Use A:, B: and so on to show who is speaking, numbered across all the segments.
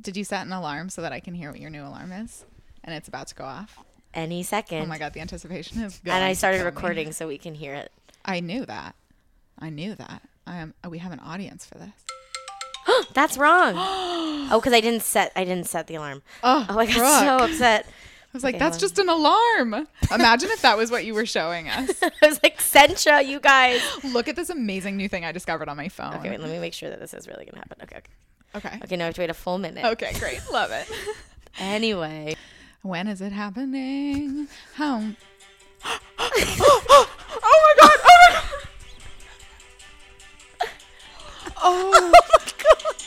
A: Did you set an alarm so that I can hear what your new alarm is? And it's about to go off.
B: Any second.
A: oh my god, the anticipation is good.
B: And I started recording so we can hear it.
A: I knew that. I knew that. I am we have an audience for this.
B: That's wrong. oh, because I didn't set I didn't set the alarm.
A: Oh,
B: I got so
A: Brooke.
B: upset.
A: I was like,
B: Okay,
A: that's
B: hold
A: just an alarm. Imagine if that was what you were showing us.
B: I was like, Sentra, you guys.
A: Look at this amazing new thing I discovered on my phone.
B: Okay, wait, let me make sure that this is really gonna happen. Okay, okay.
A: okay.
B: Okay, now I have to wait a full minute.
A: Okay, great. Love it.
B: Anyway.
A: When is it happening? How? oh my god! Oh my god! Oh, my god!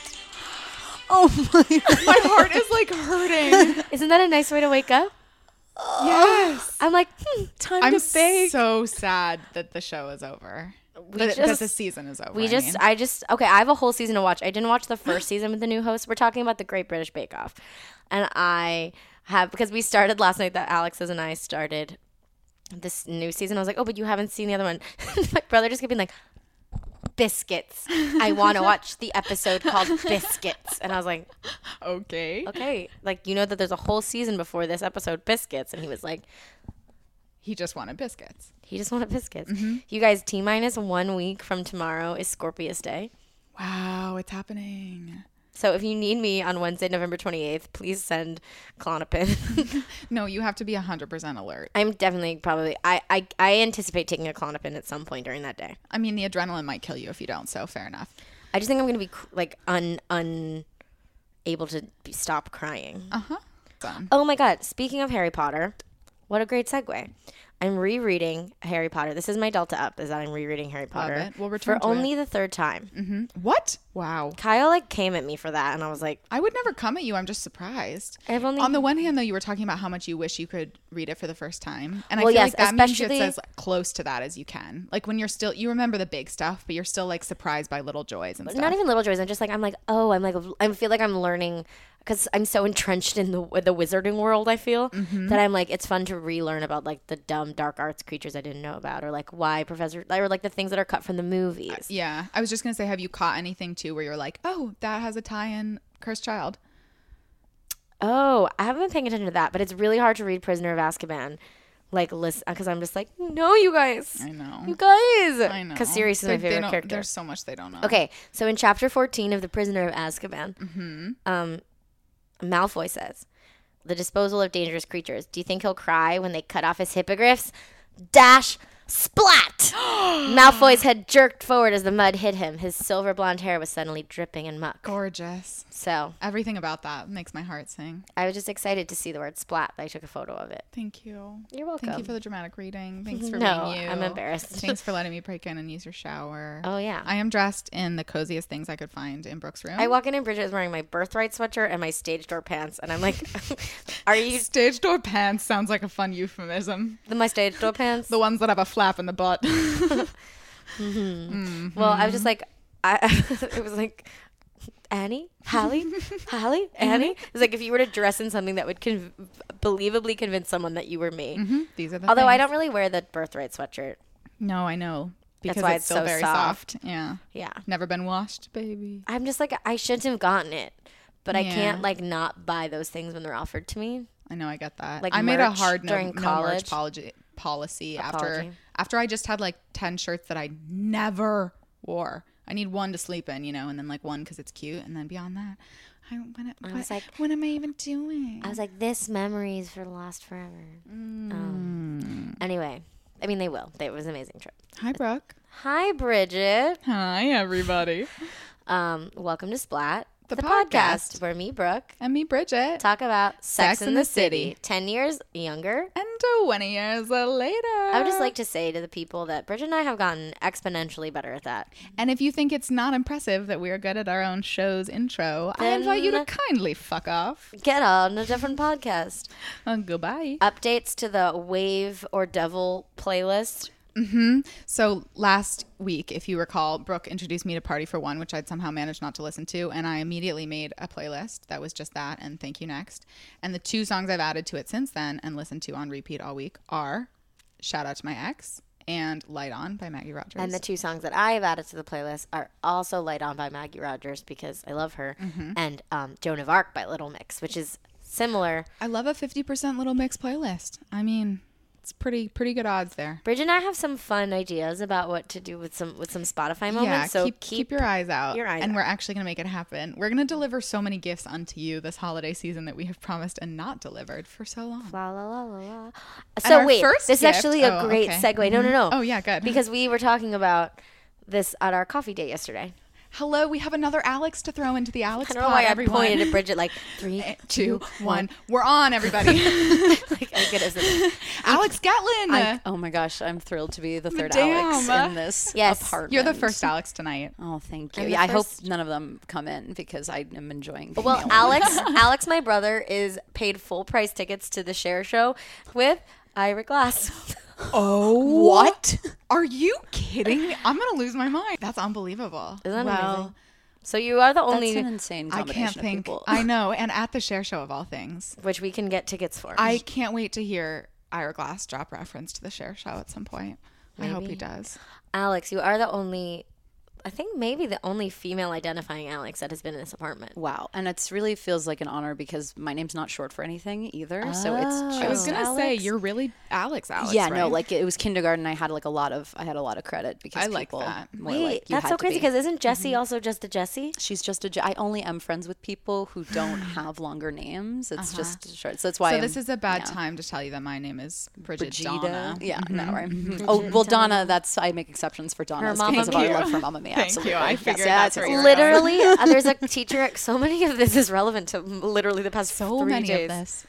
A: Oh my! my heart is like hurting.
B: Isn't that a nice way to wake up?
A: yes.
B: I'm like, hmm, time
A: I'm
B: to bake.
A: so sad that the show is over.
B: We
A: that, that
B: just-
A: the season is over.
B: we
A: I
B: just,
A: mean.
B: I just, okay, I have a whole season to watch. I didn't watch the first season with the new host. We're talking about the Great British Bake Off. And I have, because we started last night that Alex's and I started this new season. I was like, oh, but you haven't seen the other one. My brother just kept being like, biscuits. I want to watch the episode called Biscuits. And I was like,
A: okay.
B: okay, like, you know that there's a whole season before this episode, Biscuits. And he was like,
A: He just wanted biscuits.
B: He just wanted biscuits. You guys, T minus one week from tomorrow is Scorpius Day.
A: Wow, it's happening.
B: So if you need me on Wednesday, November 28th, please send Clonopin.
A: No, you have to be hundred percent alert.
B: I'm definitely probably, I, I, I anticipate taking a Clonopin at some point during that day.
A: I mean, the adrenaline might kill you if you don't. So fair enough.
B: I just think I'm going to be cr- like un, un, able to be, stop crying.
A: Uh huh. Fun.
B: Oh my God. Speaking of Harry Potter, what a great segue. I'm rereading Harry Potter. This is my Delta up, is that I'm rereading Harry Potter.
A: it. We'll return
B: for
A: to it. Mm-hmm.
B: only the third time.
A: What? Wow.
B: Kyle like came at me for that, and I was like,
A: I would never come at you. I'm just surprised.
B: I've only
A: On the one hand, though, you were talking about how much you wish you could read it for the first time, and
B: Well,
A: I feel
B: yes,
A: like that means it's
B: especially-
A: as close to that as you can. Like when you're still, you remember the big stuff, but you're still like surprised by little joys and stuff.
B: not even little joys. I'm just like I'm like oh I'm like I feel like I'm learning because I'm so entrenched in the the wizarding world. I feel
A: Mm-hmm.
B: that I'm like it's fun to relearn about like the dumb dark arts creatures I didn't know about or like why Professor or like the things that are cut from the movies.
A: yeah, I was just gonna say, have you caught anything too where you're like, oh, that has a tie-in, cursed child?
B: Oh, I haven't been paying attention to that, but it's really hard to read Prisoner of Azkaban. Like listen, because I'm just like no, you guys,
A: I know.
B: you guys,
A: I know.
B: because Sirius is
A: They-
B: my
A: they
B: favorite
A: don't-
B: character.
A: There's so much they don't know.
B: Okay, so in chapter 14 of The Prisoner of Azkaban, um, Malfoy says, The disposal of dangerous creatures. Do you think he'll cry when they cut off his hippogriffs? Dash splat! Malfoy's head jerked forward as the mud hit him. His silver blonde hair was suddenly dripping in muck.
A: Gorgeous.
B: So
A: Everything about that makes my heart sing.
B: I was just excited to see the word splat. I took a photo of it.
A: Thank you. Thank
B: You're welcome.
A: you for the dramatic reading. Thanks for
B: No,
A: being you.
B: I'm embarrassed.
A: Thanks for letting me break in and use your shower.
B: Oh, yeah.
A: I am dressed in the coziest things I could find in Brooke's room.
B: I walk in and Bridget is wearing my birthright sweatshirt and my stage door pants, and I'm like, "Are you
A: Stage door pants sounds like a fun euphemism.
B: my stage door pants?"
A: The ones that have a flap in the butt.
B: Well, I was just
A: Mm-hmm.
B: like, I, it was like, Annie, Hallie, Hallie,
A: Uh-huh.
B: Annie. It's like if you were to dress in something that would con- believably convince someone that you were me.
A: These are the
B: Although I
A: things.
B: don't really wear the birthright sweatshirt.
A: No, I know.
B: That's
A: Because
B: why
A: it's
B: it's
A: still
B: so
A: very
B: soft.
A: soft. Yeah.
B: Yeah,
A: Never been washed, baby.
B: I'm just like I shouldn't have gotten it, but I
A: Yeah.
B: can't like not buy those things when they're offered to me.
A: I know I get that.
B: Like
A: I made a
B: merch
A: hard no,
B: during
A: no merch
B: college.
A: policy policy after
B: Apology.
A: after I just had like 10 shirts that I never wore. I need one to sleep in, you know, and then like one because it's cute, and then beyond that, I when I,
B: was
A: what,
B: like-
A: what am I even doing?
B: I was like, this memory is for lost forever.
A: Mm.
B: Um, anyway, I mean, they will. They, it was an amazing trip.
A: Hi, Brooke.
B: Hi, Bridget.
A: Hi, everybody.
B: Um, welcome to Splat,
A: The podcast.
B: where me, Brooke,
A: and me, Bridget.
B: talk about Sex,
A: Sex
B: in
A: and
B: the,
A: the
B: City.
A: City.
B: Ten years younger.
A: and 20 years later.
B: I would just like to say to the people that Bridget and I have gotten exponentially better at that.
A: And if you think it's not impressive that we are good at our own show's intro, I
B: Then-
A: invite you to kindly fuck off.
B: Get on a different podcast.
A: Uh, goodbye.
B: Updates to the Wave or Devil playlist.
A: So last week, if you recall, Brooke introduced me to Party for One, which I'd somehow managed not to listen to, and I immediately made a playlist that was just that and Thank You Next. And the two songs I've added to it since then and listened to on repeat all week are Shout Out to My Ex and Light On by Maggie Rogers.
B: And the two songs that I have added to the playlist are also Light On by Maggie Rogers because I love her,
A: Mm-hmm.
B: and um, Joan of Arc by Little Mix, which is similar.
A: I love a 50% Little Mix playlist. I mean, it's pretty pretty good odds there.
B: Bridget and I have some fun ideas about what to do with some with some Spotify moments.
A: Yeah,
B: so
A: keep, keep your eyes out.
B: your eyes
A: and we're actually going to make it happen. We're going to deliver so many gifts unto you this holiday season that we have promised and not delivered for so long.
B: La, la, la, la, la.
A: And
B: So
A: our
B: wait,
A: first
B: this is
A: gift-
B: actually a
A: oh,
B: great
A: okay.
B: segue. No, no, no.
A: Oh, yeah, good.
B: Because we were talking about this at our coffee date yesterday.
A: Hello, we have another Alex to throw into the Alex
B: I
A: pod,
B: don't know why
A: everyone. Eh,
B: I pointed at Bridget like three,
A: Two, one. We're on, everybody.
B: like I could have
A: Alex Gatlin.
C: I, oh my gosh, I'm thrilled to be the third Alex
A: Damn.
C: in this
B: Yes.
C: apartment.
A: You're the first Alex tonight.
C: Oh, thank
B: I'm
C: you.
B: the
C: Yeah, I hope
B: first.
C: none of them come in because I am enjoying. Being
B: Well,
C: alone.
B: Alex, Alex, my brother, is paid full price tickets to the Share Show with Ira Glass.
A: Oh. What? Are you kidding me? I'm going to lose my mind. That's unbelievable.
B: Isn't that
A: well,
B: amazing? So you are the
C: that's an
B: only
C: insane
A: I
C: combination
A: can't
C: of
A: think.
C: people.
A: I know. And at the share show of all things.
B: which we can get tickets for.
A: I can't wait to hear Ira Glass drop reference to the share show at some point. I hope he does.
B: Alex, you are the only, I think maybe the only female identifying Alex that has been in this apartment.
C: Wow, and it's really feels like an honor because my name's not short for anything either, so it's. Just
A: I was gonna say
B: Alex?
A: you're really Alex. Alex.
C: yeah, no,
A: right?
C: like it was kindergarten. I had like a lot of, I had a lot of credit because
A: I like
C: people
A: that.
C: were
B: Wait,
C: like, you
B: that's
C: had
B: so
C: to
B: crazy
C: be. Mm-hmm.
B: because isn't Jesse also just a Jesse?
C: she's just a. J- I only am friends with people who don't have longer names. It's just short, Uh-huh. so that's why.
A: So
C: I'm-
A: this is a bad time to tell you that my name is Bridget Donna. Mm-hmm.
C: Yeah, no, right. Oh, well, Donna, that's, I make exceptions for Donna
B: Mamma
C: because of our
B: Mia.
C: love for Mamma Mia.
A: Thank
C: absolutely.
A: you. I
C: Yes,
A: figured
C: yeah,
A: that's
C: it's-
A: where you were
B: Literally, uh, there's a teacher. So many of this is relevant to literally the past
A: So
B: three
A: many
B: days.
A: of this.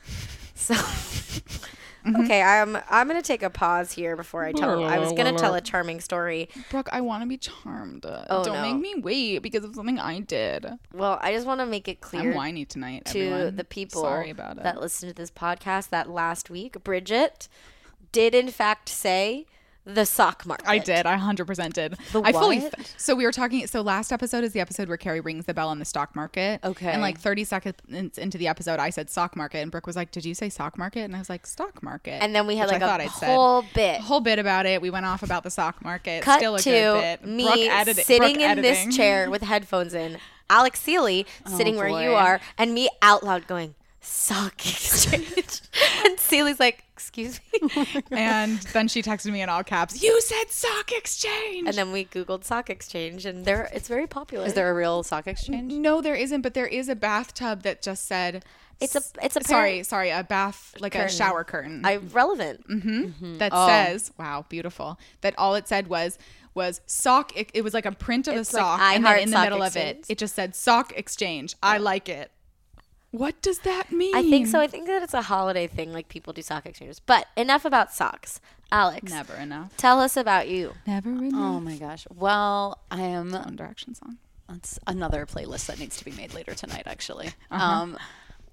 A: Mm-hmm.
B: So okay, I'm I'm gonna take a pause here before I tell. I was gonna tell a charming story.
A: Brooke, I want to be charmed.
B: Oh,
A: Don't
B: no.
A: make me wait because of something I did.
B: Well, I just want to make it
A: I'm
B: clear
A: whiny tonight.
B: to
A: everyone.
B: the people
A: Sorry about it.
B: that listened to this podcast that last week Bridget did in fact say the sock market.
A: I did. I 100% did. I fully.
B: what?
A: f- so we were talking. So last episode is the episode where Carrie rings the bell on the stock market.
C: Okay.
A: And like 30 seconds into the episode, I said stock market, and Brooke was like, "Did you say sock market?" And I was like, "Stock market."
B: And then we had
A: which I
B: like
A: thought
B: a
A: I'd said.
B: whole bit.
A: A whole bit about it. We went off about the stock market.
B: Cut
A: Still a
B: to
A: good bit. Brooke
B: me
A: edit-
B: sitting
A: Brooke
B: in
A: editing. Oh,
B: this chair with headphones in, Alex Seeley sitting where you
C: boy.
B: are, and me out loud going, sock exchange. and Seeley's like, excuse
A: Oh
B: me.
A: And then she texted me in all caps. You said stock exchange.
B: and then we Googled sock exchange, and there it's very popular.
C: Is there a real stock exchange?
A: no, there isn't. But there is a bathtub that just said.
B: It's a- it's a
A: sorry Mm-hmm.
B: pair-
A: sorry a bath like a
B: Curtain.
A: shower curtain.
B: I, Oh. relevant.
A: that says wow beautiful that all it said was was sock e, it, it was like a print of
B: It's
A: a
B: like
A: sock
B: I
A: and then
B: heart
A: in the
B: sock
A: middle of
B: exchange.
A: it it just said sock exchange i like it what does that mean
B: I think so. I think that it's a holiday thing, like people do sock exchanges. But enough about socks. Alex,
A: never enough
B: tell us about you.
A: never enough
C: Oh my gosh. Well, I am
A: One direction song
C: That's another playlist that needs to be made later tonight, actually.
A: Uh-huh.
C: Um,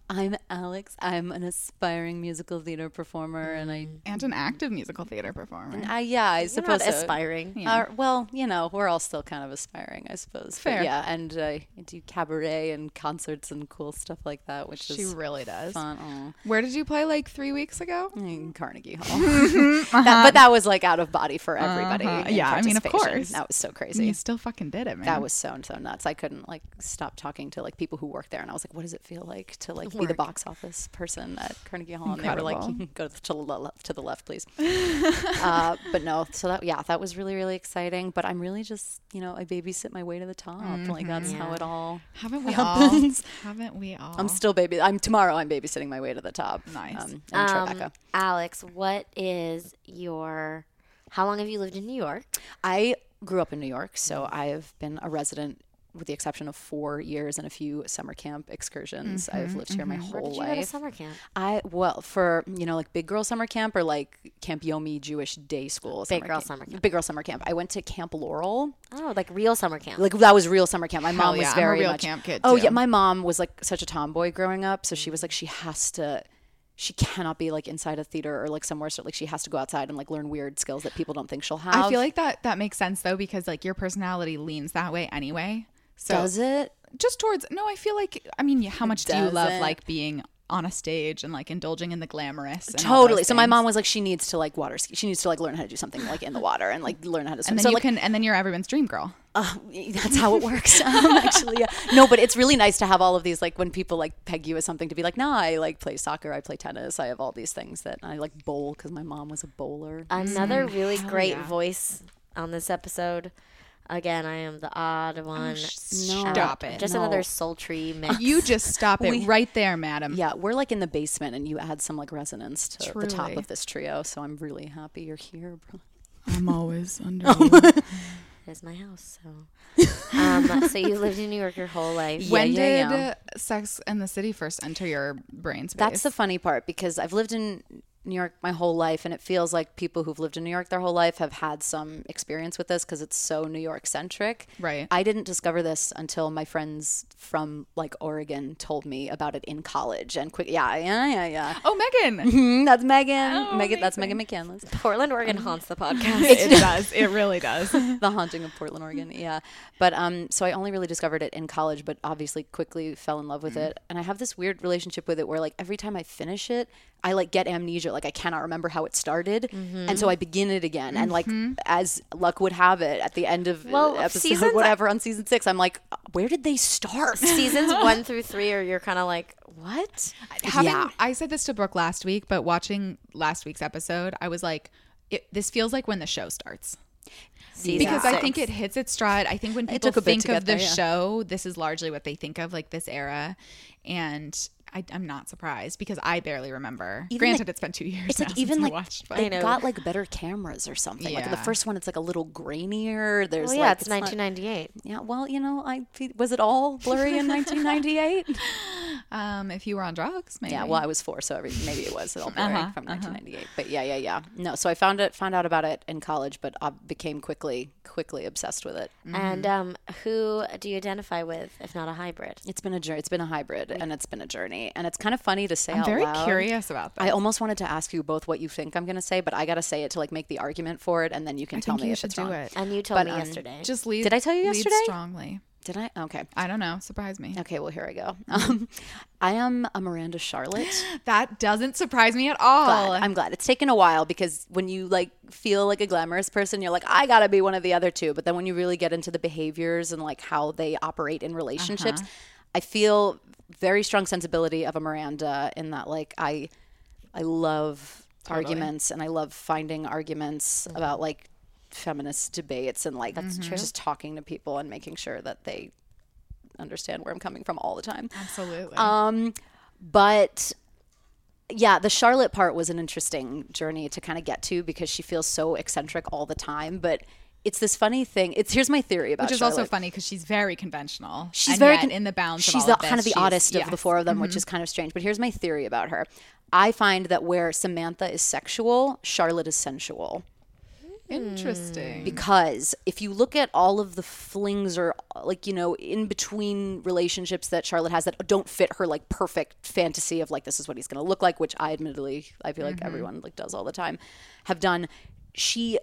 C: I'm Alex. I'm an aspiring musical theater performer, and I,
A: and an active musical theater performer
C: I yeah, I
B: You're not
C: suppose so.
B: aspiring.
C: Uh, well, you know, we're all still kind of aspiring, I suppose. But
A: Fair.
C: yeah, and uh, I do cabaret and concerts and cool stuff like that, which
A: she
C: is
A: really does
C: fun. Aw.
A: where did you play like three weeks ago
C: in Carnegie Hall. That- but that was like out of body for everybody. in
A: Mm-hmm. Uh-huh. Yeah, I mean, of
C: participation.
A: course.
C: That was so crazy.
A: you still fucking did it man
C: That was so so nuts. I couldn't like stop talking to like people who work there, and I was like, "What does it feel like to like be the box office person at Carnegie Hall, and they were like, "Go to the, to the left, to the left, please." uh, but no, so that yeah, that was really really exciting. But I'm really just you know I babysit my way to the top. Like
A: Mm-hmm.
C: that's how it all.
A: Haven't we all? Haven't we all?
C: I'm still baby. I'm tomorrow. I'm babysitting my way to the top.
A: Nice.
C: Um, in Tribeca.
B: Alex, what is your? How long have you lived in New York?
C: I grew up in New York, so I've been a resident with the exception of four years and a few summer camp excursions.
A: Mm-hmm,
C: I've lived here my whole
B: Did you
C: life.
B: go to summer camp?
C: I well for you know like big girl summer camp or like Camp Yomi Jewish day school.
B: Big girl summer camp.
C: Big girl summer camp. I went to Camp Laurel.
B: Oh, like real summer camp.
C: Like that was real summer camp. My mom
A: yeah,
C: was
A: I'm a
C: very
A: real
C: much
A: camp kid,
C: Oh
A: too.
C: yeah, my mom was like such a tomboy growing up, so she was like she has to. She cannot be like inside a theater or like somewhere. So like she has to go outside and like learn weird skills that people don't think she'll have.
A: I feel like that that makes sense though because like your personality leans that way anyway. So
C: does it?
A: just towards no, I feel like I mean, how much do you love
C: Doesn't.
A: like being on a stage and like indulging in the glamorous? and all those
C: Totally. So my
A: things?
C: mom was like, she needs to like water ski. She needs to like learn how to do something like in the water and like learn how to swim.
A: and then
C: so
A: you
C: like
A: can, and then you're everyone's dream girl.
C: that's how it works um, actually yeah. no but it's really nice to have all of these like when people like peg you as something to be like nah i like play soccer i play tennis i have all these things that i like bowl because my mom was a bowler
A: Uh,
B: Another really great voice on this episode. Again, I am the odd one. out.
A: stop it.
B: Just
C: No.
B: another sultry mix.
A: You just stop it right there, madam.
C: yeah we're like in the basement and you add some like resonance to the top
A: Truly.
C: of this trio so i'm really happy you're here bro
A: I'm always under. you.
B: is my house. So, um, so you lived in New York your whole life.
A: when
C: yeah,
A: did
C: yeah.
A: uh, Sex and the City first enter your brain space?
C: That's the funny part because I've lived in New York my whole life, and it feels like people who've lived in New York their whole life have had some experience with this because it's so New York centric.
A: Right.
C: I didn't discover this until my friends from like Oregon told me about it in college, and quick, yeah, yeah, yeah, yeah.
A: oh Megan.
C: Mm, that's Megan. Megan. That's Megan McCandless.
B: Portland, Oregon haunts the podcast.
A: it does. It really does.
C: the haunting of Portland, Oregon. Yeah. But um, so I only really discovered it in college, but obviously quickly fell in love with
B: Mm-hmm.
C: it. And I have this weird relationship with it where like every time I finish it, I like get amnesia. Like I cannot remember how it started. And
B: Mm-hmm.
C: so I begin it again. And like as luck would have it, at the end of
B: Well,
C: well, episode
B: seasons-
C: whatever on season six, I'm like, "Uh, where did they start?
B: Seasons one through three are you're kind of like what?
A: Having,
C: Yeah.
A: I said this to Brooke last week, but watching last week's episode, I was like, it, this feels like when the show starts.
B: Season
A: because I
B: six.
A: think it hits its stride. I think when people
C: took a bit
A: think
C: to
A: of the
C: get there, yeah.
A: show, this is largely what they think of, like this era. And I, I'm not surprised because I barely remember. Granted, it's been two years.
C: It's
A: now
C: like
A: since
C: even
A: I
C: like
A: watched, but
C: they got like better cameras or something. Like the
A: Yeah.
C: first one, it's like a little grainier. There's
B: Well, yeah,
C: like
B: it's
C: not-
B: 1998.
C: Yeah, well, you know, I was it all blurry in 1998?
A: um, if you were on drugs, maybe.
C: Yeah, well, I was four, so every, maybe it was all
A: Uh-huh,
C: blurry from 1998. But yeah, yeah, yeah. No, so I found it, found out about it in college, but I became quickly, quickly obsessed with it.
B: And
A: Mm-hmm.
B: um, who do you identify with, if not a hybrid?
C: It's been a journey. It's been a hybrid, and it's been a journey, and it's kind of funny to say.
A: I'm
C: out
A: very
C: loud.
A: curious about that.
C: I almost wanted to ask you both what you think I'm going to say, but I got to say it to like make the argument for it, and then you can
A: I
C: tell
A: think
C: me
A: you
C: if
A: should
C: it's
A: do
C: wrong.
A: it.
B: And you told me yesterday.
A: um, Just lead.
C: Did I tell you
A: lead
C: yesterday?
A: Strongly.
C: Did I? Okay.
A: I don't know. Surprise me.
C: Okay. Well, here I go. Um, I am a Miranda Charlotte.
A: That doesn't surprise me at all.
C: glad. I'm glad. It's taken a while because when you like feel like a glamorous person, you're like, I gotta be one of the other two. But then when you really get into the behaviors and like how they operate in relationships, I feel very strong sensibility of a Miranda in that like I I love arguments and I love finding arguments about like feminist debates and like That's true. just talking to people and making sure that they understand where I'm coming from all the time.
A: Absolutely.
C: But yeah, the Charlotte part was an interesting journey to kind of get to because she feels so eccentric all the time. But it's this funny thing. It's here's my theory about
A: Which is
C: Charlotte.
A: also funny because she's very conventional.
C: She's
A: and
C: very
A: yet
C: con-
A: in the bounds. of
C: She's the,
A: all of this,
C: kind of the
A: she's-
C: oddest of the
A: yes. Mm-hmm.
C: four of them, which is kind of strange. But here's my theory about her. I find that where Samantha is sexual, Charlotte is sensual.
A: Interesting.
C: Because if you look at all of the flings or like, you know, in between relationships that Charlotte has that don't fit her like perfect fantasy of like, this is what he's going to look like, which I admittedly, I feel like everyone like does all the time, have done, she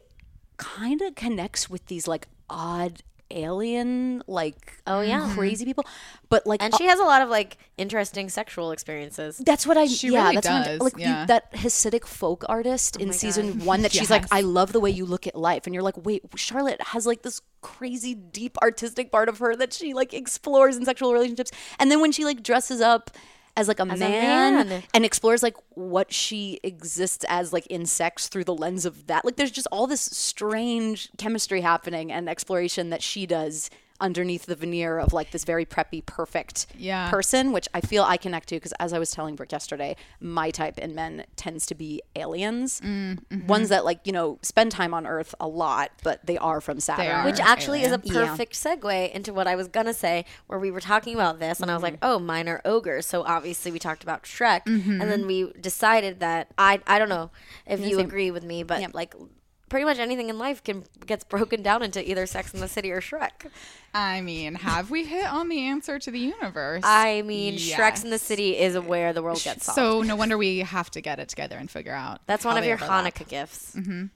C: kind of connects with these like odd alien, like, oh yeah, crazy people. But like,
B: And she has a lot of like interesting sexual experiences.
C: that's what I. yeah,
A: really
C: that's what I'm-
A: does,
C: like you-
A: yeah.
C: that Hasidic folk artist in season one that she's like, I love the way you look at life, and you're like, wait, Charlotte has like this crazy deep artistic part of her that she like explores in sexual relationships, and then when she like dresses up as like a,
B: As a
C: man,
B: man.
C: and explores like what she exists as like in sex through the lens of that. Like there's just all this strange chemistry happening and exploration that she does underneath the veneer of like this very preppy perfect
A: Yeah.
C: person which i feel i connect to because as i was telling brooke yesterday my type in men tends to be aliens
A: Mm, mm-hmm.
C: ones that like you know spend time on earth a lot but they are from saturn
A: are.
B: Which
A: Or
B: actually is a
C: Yeah.
B: perfect segue into what I was gonna say, where we were talking about this, and I was like,
A: Mm-hmm.
B: "Oh, mine are ogres." So obviously, we talked about Shrek, and
A: Mm-hmm.
B: then we decided that I I don't know if you agree with me, but like pretty much anything in life can gets broken down into either Sex in the City or Shrek.
A: I mean, have we hit on the answer to the universe?
B: I mean, Shrek's in the
A: Yes.
B: City is where the world gets solved.
A: So no wonder we have to get it together and figure out.
B: That's
A: how
B: one of
A: they
B: your
A: overlap.
B: Hanukkah gifts. Mm-hmm.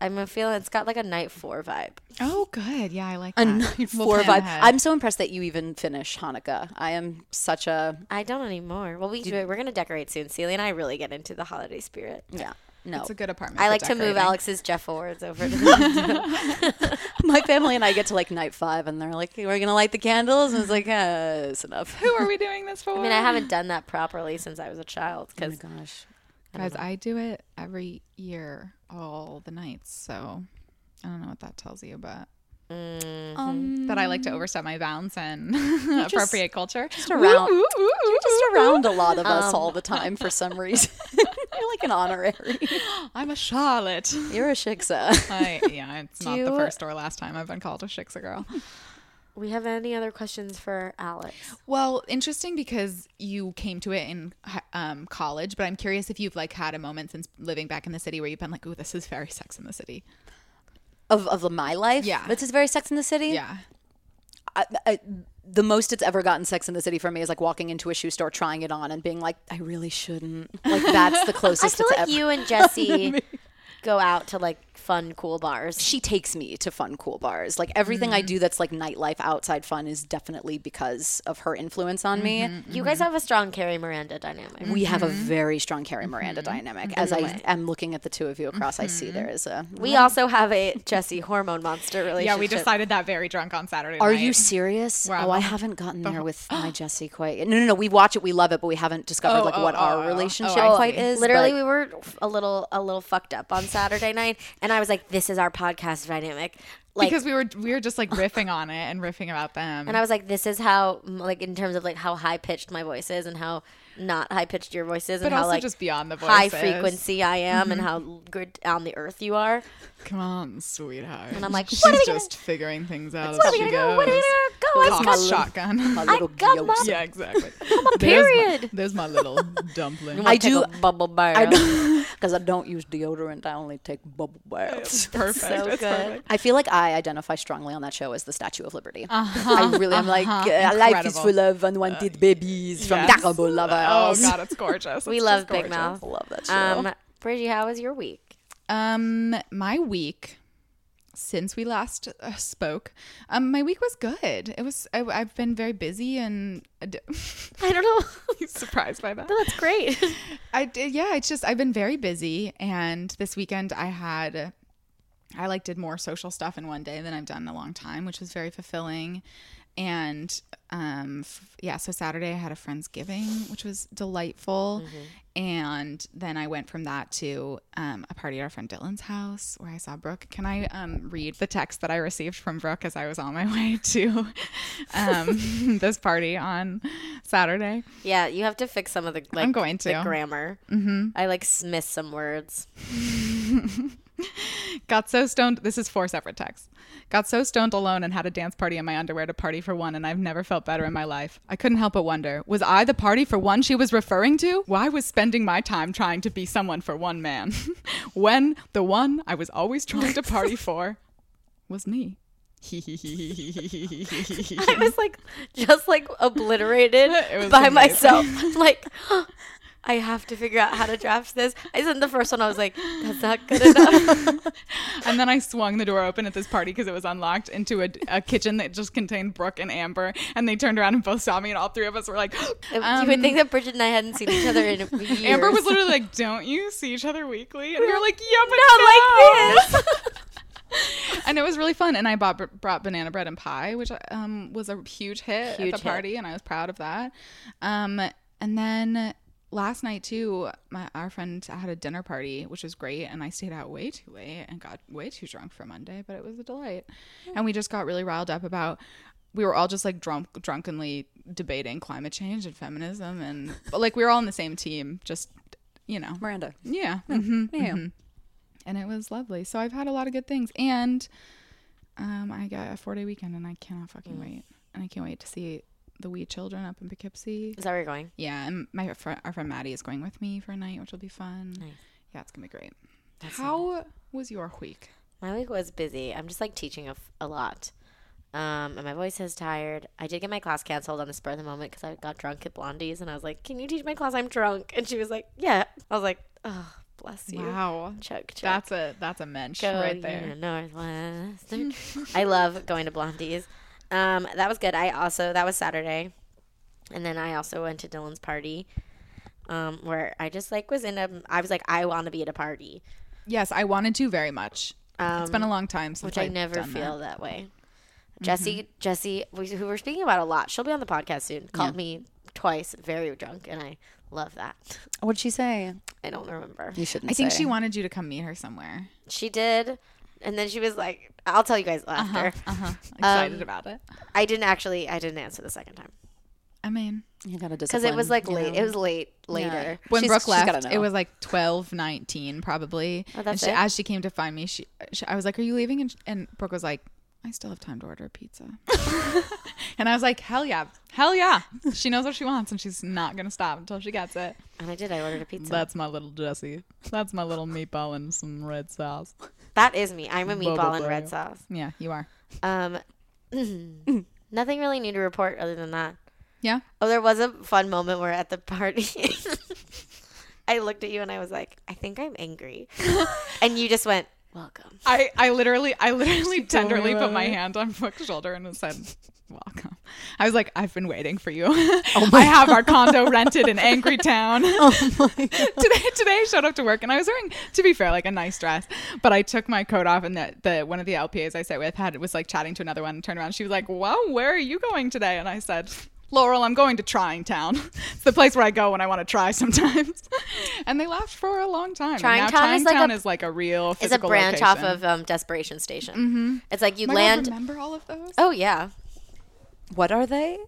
B: I'm feeling it's got like a night four vibe.
A: Oh, good. Yeah, I like
C: a
A: that.
C: night
A: We'll
C: four
A: plan
C: vibe.
A: ahead.
C: I'm so impressed that you even finish Hanukkah. I am such a
B: I don't anymore. Well, we do it. We're gonna decorate soon. Celia and I really get into the holiday spirit.
C: yeah. No,
A: It's a good apartment.
B: I
A: for
B: like to move
A: decorating.
B: Alex's Jeff Awards over to the
C: my family and I get to like night five, and they're like, "We're gonna light the candles," and it's like, uh, "It's enough."
A: Who are we doing this for?
B: I mean, I haven't done that properly since I was a child
C: oh my
B: because
C: gosh,
A: Guys, I do it every year, all the nights. So I don't know what that tells you, but
C: um,
A: Mm-hmm. that I like to overstep my bounds and appropriate culture. Just
C: around- you're just around a lot of
A: Um.
C: us all the time for some reason. you're like an honorary.
A: I'm a Charlotte.
C: You're a shiksa.
A: I, yeah, it's not the
B: you-
A: first or last time I've been called a shiksa girl.
B: we have any other questions for Alex?
A: Well, interesting because you came to it in hi- um, college, but I'm curious if you've like had a moment since living back in the city where you've been like, "Oh, this is very Sex in the City."
C: of of my life.
A: Yeah.
C: this is very Sex in the City.
A: Yeah,
C: I, I, the most it's ever gotten Sex in the City for me is like walking into a shoe store, trying it on, and being like, "I really shouldn't." Like that's the
B: I
C: closest
B: feel
C: it's
B: like
C: ever.
B: you and Jesse go out to like fun, cool bars.
C: she takes me to fun cool bars like everything
A: Mm-hmm.
C: i do that's like nightlife outside fun is definitely because of her influence on
A: Mm-hmm.
C: me
B: You guys have a strong Carrie Miranda dynamic.
C: Mm-hmm. we have a very strong carrie
A: Mm-hmm.
C: miranda dynamic as i am looking at the two of you across i
A: Mm-hmm.
C: see there is a
B: We also have a Jesse hormone monster relationship.
A: yeah. We decided that very drunk on Saturday.
C: are
A: night.
C: you serious?
A: We're
C: oh, I
A: on the-
C: haven't gotten there with my Jesse quite. No, no, no. We watch it, we love it, but we haven't discovered
A: Oh,
C: like
A: oh,
C: what
A: oh, oh,
C: our
A: oh.
C: relationship
A: Oh, I
C: quite
A: see.
C: is.
B: Literally,
C: but-
B: we were a little a little fucked up on Saturday night, and I was like, "This is our podcast dynamic." Like,
A: because we were we were just like riffing on it and riffing about them.
B: And I was like, this is how, m- like, in terms of like how high pitched my voice is and how not high pitched your voice is, and
A: But
B: how
A: also
B: like
A: just beyond the
B: high
A: voices.
B: frequency I am,
A: Mm-hmm.
B: and how good on the earth you are.
A: Come on, sweetheart. And
B: I'm like,
A: she's
B: what are we gonna-
A: just figuring things out
B: Where
A: as
B: are we
A: she
B: gonna
A: goes.
B: go? Where are we gonna go?
A: Cock
B: Let's go.
A: shotgun.
C: my little
B: got my-
C: guillotine.
A: yeah, exactly.
B: period.
A: There's my, little dumpling.
C: I do.
B: bubble
C: I
B: barrel.
C: because I don't use deodorant. I only take bubble baths.
A: perfect.
B: so
A: that's
B: good.
A: perfect.
C: I feel like I identify strongly on that show as the Statue of Liberty. I really, I'm like, uh, life
A: Uh-huh.
C: is
A: Incredible.
C: full of unwanted babies from
A: yes.
C: terrible
A: Oh
C: lovers.
A: god, it's gorgeous.
B: We
A: It's
B: love
A: just
B: Big
A: gorgeous.
B: Mouth.
C: love that show.
B: Um, Bridgie, how was your week?
A: Um, my week since we last uh, spoke, um, my week was good. It was. I, I've been very busy and uh,
B: I don't know.
A: surprised by that.
B: That's great.
A: I did, yeah, it's just I've been very busy and this weekend I had I like did more social stuff in one day than I've done in a long time, which was very fulfilling. And um f- yeah, so Saturday I had a friendsgiving, which was delightful. And then I went from that to um, a party at our friend Dylan's house where I saw Brooke. Can I um, read the text that I received from Brooke as I was on my way to um, this party on Saturday?
B: yeah, you have to fix some of the like
A: I'm going
B: the
A: to.
B: grammar. Mm-hmm. I like miss some words.
A: Got so stoned. This is four separate texts. Got so stoned alone and had a dance party in my underwear to party for one, and I've never felt better in my life. I couldn't help but wonder was I the party for one she was referring to? Why was spending my time trying to be someone for one man when the one I was always trying to party for was me?
B: I was like, just like obliterated
A: was
B: by
A: amazing.
B: myself. I'm like, I have to figure out how to draft this. I sent the first one. I was like, that's not good enough.
A: And then I swung the door open at this party because it was unlocked into a, a kitchen that just contained Brooke and Amber. And they turned around and both saw me, and all three of us were like,
B: you would think that Bridget and I hadn't seen each other in years.
A: Um, Amber was literally like, "Don't you see each other weekly?" And we were like, "Yeah, but
B: not
A: no."
B: like this.
A: And it was really fun. And I bought brought banana bread and pie, which um, was a huge hit
B: Huge
A: at
B: hit.
A: the party, and I was proud of that. Um, And then last night too, my our friend had a dinner party, which was great, and I stayed out way too late and got way too drunk for Monday, but it was a delight. And we just got really riled up about we were all just like drunk drunkenly debating climate change and feminism and but like we were all on the same team, just you know.
C: Miranda.
A: Yeah. hmm And it was lovely. So I've had a lot of good things. And um, I got a four day weekend and I cannot fucking wait. And I can't wait to see the wee children up in Poughkeepsie.
B: Is that where you're going?
A: Yeah, and my friend, our friend Maddie is going with me for a night, which will be fun. Yeah, it's gonna be great. How was your week?
B: My week was busy. I'm just like teaching a, f- a lot. Um, and my voice is tired. I did get my class canceled on the spur of the moment because I got drunk at Blondie's and I was like, Can you teach my class? I'm drunk. And she was like, Yeah. I was like, Oh, bless you.
A: Wow,
B: Chuck, chuck.
A: that's a that's a mensch right
B: Go, you
A: there.
B: know, Northwestern. I love going to Blondie's. Um, that was good. I also that was Saturday, and then I also went to Dylan's party, um, where I just like was in a. I was like, I want to be at a party, Um,
A: Yes, I wanted to very much. it's been a long time since
B: which I
A: I've
B: never
A: done that. Mm-hmm.
B: feel that, way. Jesse, Jesse, we- who we're speaking about a lot, she'll be on the podcast soon. Called me twice, very drunk, and I love that.
C: What'd she say?
B: I don't remember.
C: You shouldn't.
A: I think
C: say.
A: she wanted you to come meet her somewhere.
B: She did, and then she was like, "I'll tell you guys
A: Uh-huh,
B: after."
A: Um, Excited about it.
B: I didn't actually. I didn't answer the second time.
A: I mean,
C: You got to
B: because it was like late. It was late later.
A: when
C: She's-
A: Brooke
C: she's gotta
A: left,
C: know.
A: it was like twelve nineteen probably.
B: Oh,
A: and
B: that's
A: she,
B: it?
A: as she came to find me, she, she I was like, "Are you leaving?" And, sh and Brooke was like, "I still have time to order a pizza." and I was like, "Hell yeah, hell yeah!" She knows what she wants, and she's not gonna stop until she gets it.
B: And I did. I ordered a pizza.
A: That's my little Jessie. That's my little meatball and some red sauce.
B: that is me. I'm a meatball and
A: blah.
B: red sauce.
A: Yeah, you are.
B: Um, nothing really new to report other than that.
A: Yeah,
B: Oh, there was a fun moment where at the party. I looked at you and I was like, I think I'm angry. and you just went, Welcome.
A: I, I literally, I literally tenderly put my hand on Brooke's shoulder and said, "Welcome." I was like, "I've been waiting for you.
B: Oh
A: I have our condo rented in Angry Town." today, today I showed up to work and I was wearing, to be fair, like a nice dress, but I took my coat off and the, the one of the LPAs I sat with had was like chatting to another one and turned around. She was like, "Wow, where are you going today?" And I said. Laurel, I'm going to Trying Town. It's the place where I go when I want to try sometimes. and they laughed for a long time. And
B: Trying
A: now
B: Town is
A: Trying
B: like a-
A: Town is like a real
B: It's a Mm-hmm.
A: physical
B: branch off
A: location.
B: of um, Desperation Station. It's like you
A: Oh my God,
B: land.
A: remember all of those?
B: oh, yeah.
C: What are they?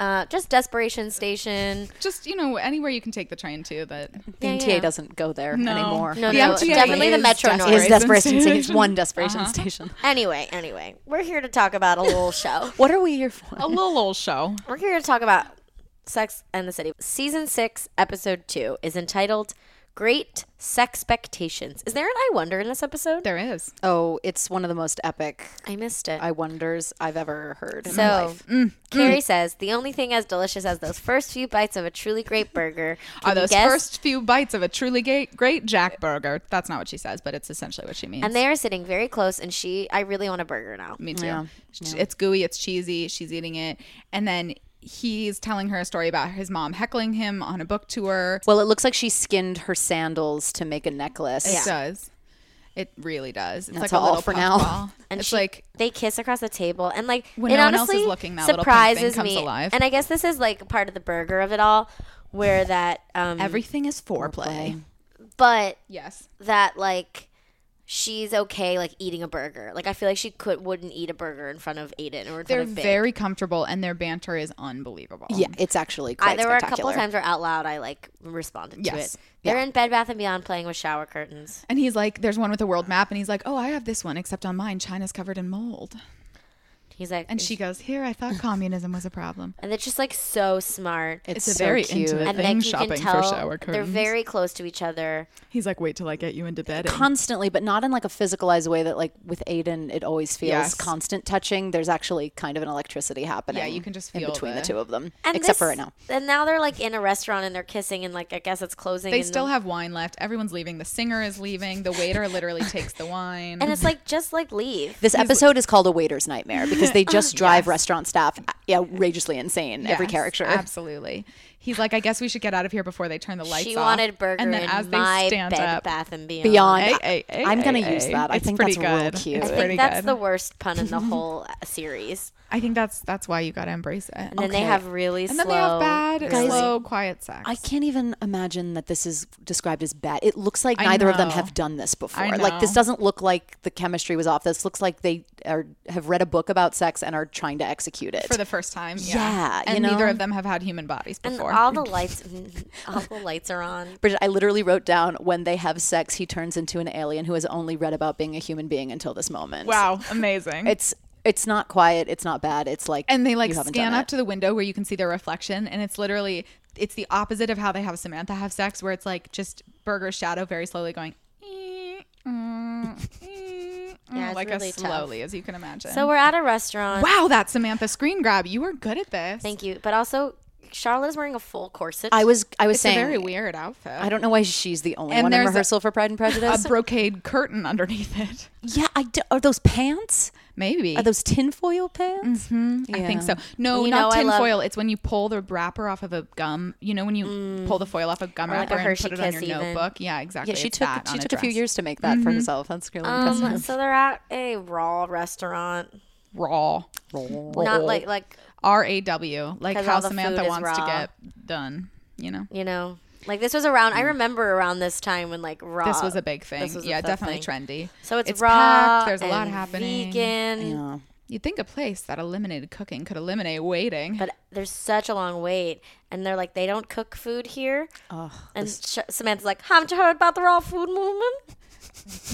B: Uh, just Desperation Station.
A: Just you know, anywhere you can take the train to. That
C: The
B: Yeah,
C: MTA
B: yeah.
C: doesn't go there anymore.
B: No,
A: The
B: no.
A: MTA
B: Definitely the
A: is
B: Metro Uh-huh.
A: desperate.
B: North.
C: It's
A: Desperation
C: desperation station. It's
A: Station.
C: one desperation station.
B: Anyway, anyway, we're here to talk about a little show.
C: What are we here for?
A: a little old show.
B: We're here to talk about Sex and the City. Season 6, episode 2 is entitled Great Sexpectations. Is there an I wonder in this episode?
A: There is.
C: Oh, it's one of the most epic
B: I missed it.
C: I wonders I've ever heard in my
B: so,
C: life.
A: Mm,
B: Carrie says, the only thing as delicious as those first few bites of a truly great burger can
A: Are
B: you
A: those
B: guess?
A: first few bites of a truly great, great Jack burger? That's not what she says, but it's essentially what she means.
B: And they are sitting very close, and she, I really want a burger now.
A: Me too. Sh- It's gooey, it's cheesy. She's eating it, and then he's telling her a story about his mom heckling him on a book tour.
C: Well, it looks like she skinned her sandals to make a necklace.
A: It does. It really does. It's
C: That's
A: like a
C: all
A: little
C: for now.
A: puffball.
B: And
A: it's
B: she-
A: like
B: They kiss across the table, and like
A: When
B: it
A: no one else
B: honestly
A: is looking, that little pink thing
B: surprises
A: comes
B: me.
A: alive.
B: And I guess this is like part of the burger of it all, where that um,
A: everything is foreplay.
B: but
A: Yes.
B: that like she's okay like eating a burger. Like I feel like she could wouldn't eat a burger in front of Aiden or in
A: They're
B: front of Big.
A: very comfortable, and their banter is unbelievable.
C: Yeah, it's actually quite
B: I, there were a couple
C: spectacular.
B: of times where out loud I like responded to
A: Yes.
B: it. They're in Bed Bath and Beyond playing with shower curtains.
A: And he's like, there's one with a world map. And he's like, oh, I have this one, except on mine, China's covered in mold.
B: He's like,
A: And she goes, here, I thought communism was a problem.
B: and they're just like so smart.
C: It's,
A: It's a
C: so
A: very
C: cute.
A: intimate-
B: and
A: thing,
B: like you
A: shopping
B: can
A: for
B: tell
A: shower
B: they're
A: curtains.
B: very close to each other.
A: He's like, wait till I get you into bed.
C: Constantly, but not in like a physicalized way that like with Aiden, it always feels
A: Yes.
C: constant touching. There's actually kind of an electricity happening.
A: Yeah, you can just
C: in
A: feel
C: between the,
A: the-
C: two of them,
B: And
C: except for
B: this-
C: right now.
B: And now they're like in a restaurant and they're kissing and like I guess it's closing.
A: they
B: and
A: still
B: the-
A: have wine left. Everyone's leaving. The singer is leaving. The waiter literally takes the wine.
B: and it's like just like leave.
C: This episode is called A Waiter's Nightmare because they just drive restaurant staff outrageously insane. Every
A: Oh, Yes,
C: character.
A: Absolutely. He's like, I guess we should get out of here before they turn the lights
B: she
A: off.
B: wanted burger
A: And then
B: in
A: as they
B: my
A: stand
B: Bed
A: up,
B: Bath and Beyond.
C: Beyond.
A: Ay, ay, ay,
C: I'm gonna
A: ay,
C: use
A: ay.
C: that. I
A: It's
C: think
A: pretty
C: that's real
A: good.
C: cute.
A: It's
C: I
B: I think
C: think
A: pretty
B: that's
A: good.
B: the worst pun in the whole uh, series.
A: I think that's that's why you got to embrace it.
B: And then they have really
A: and
B: slow.
A: then they have bad,
B: Guys,
A: slow, quiet sex.
C: I can't even imagine that this is described as bad. It looks like neither of them
A: know.
C: have done this before.
A: I
C: Like this
A: know.
C: doesn't look like the chemistry was off. This looks like they are have read a book about sex and are trying to execute it.
A: for the first time. Yeah,
C: Yeah, you
A: and neither
C: know?
A: of them have had human bodies
B: And
A: before.
B: all the lights, all the lights are on.
C: Bridget, I literally wrote down when they have sex, he turns into an alien who has only read about being a human being until this moment.
A: wow, amazing.
C: It's it's not quiet. It's not bad. It's like
A: and they like
C: you haven't
A: scan
C: done
A: up
C: it.
A: to the window where you can see their reflection, and it's literally it's the opposite of how they have Samantha have sex, where it's like just Burger's shadow very slowly going. "Eh, mm, eh,
B: Yeah,
A: mm,"
B: it's
A: like
B: really
A: as
B: tough.
A: slowly as you can imagine.
C: uh,
B: So we're at a restaurant.
A: wow, that Samantha screen grab. You were good at this.
B: Thank you. But also, Charlotte is wearing a full corset.
C: I was I was
A: It's a
C: saying
A: very weird outfit.
C: I don't know why she's the only
A: And
C: one in
A: there's a-
C: rehearsal for Pride and
A: a
C: Prejudice.
A: brocade curtain underneath it.
C: yeah, I do, are those pants?
A: Maybe.
C: Are those tinfoil pants? Mm-hmm.
A: I think so. No,
B: You
A: not
B: know I love-
A: tinfoil. It's when you pull the wrapper off of a gum. You know when you pull the foil off a gum
B: Mm. like
A: wrapper
B: a
A: and
B: Hershey
A: put it on your
B: Kiss even.
A: notebook. Yeah, exactly.
C: Yeah, she
A: It's
C: took
A: that
C: she
A: on
C: took a, Mm-hmm. few
A: dress.
C: years to make that for herself. That's really
B: Um, so they're at a raw restaurant,
A: raw.
B: not like like
A: R A W, like
B: 'Cause
A: how
B: all the
A: Samantha
B: food is
A: wants to
B: raw.
A: get done. You know,
B: you know, like this was around. I remember around this time when like raw.
A: Mm. this was a big thing.
B: this was a
A: yeah,
B: big
A: definitely
B: thing.
A: trendy.
B: So it's,
A: It's
B: raw.
A: packed, there's a lot
B: and
A: happening.
B: Vegan,
A: You'd think a place that eliminated cooking could eliminate waiting.
B: but there's such a long wait, and they're like they don't cook food here. and Sh- Samantha's like, haven't you heard about the raw food movement?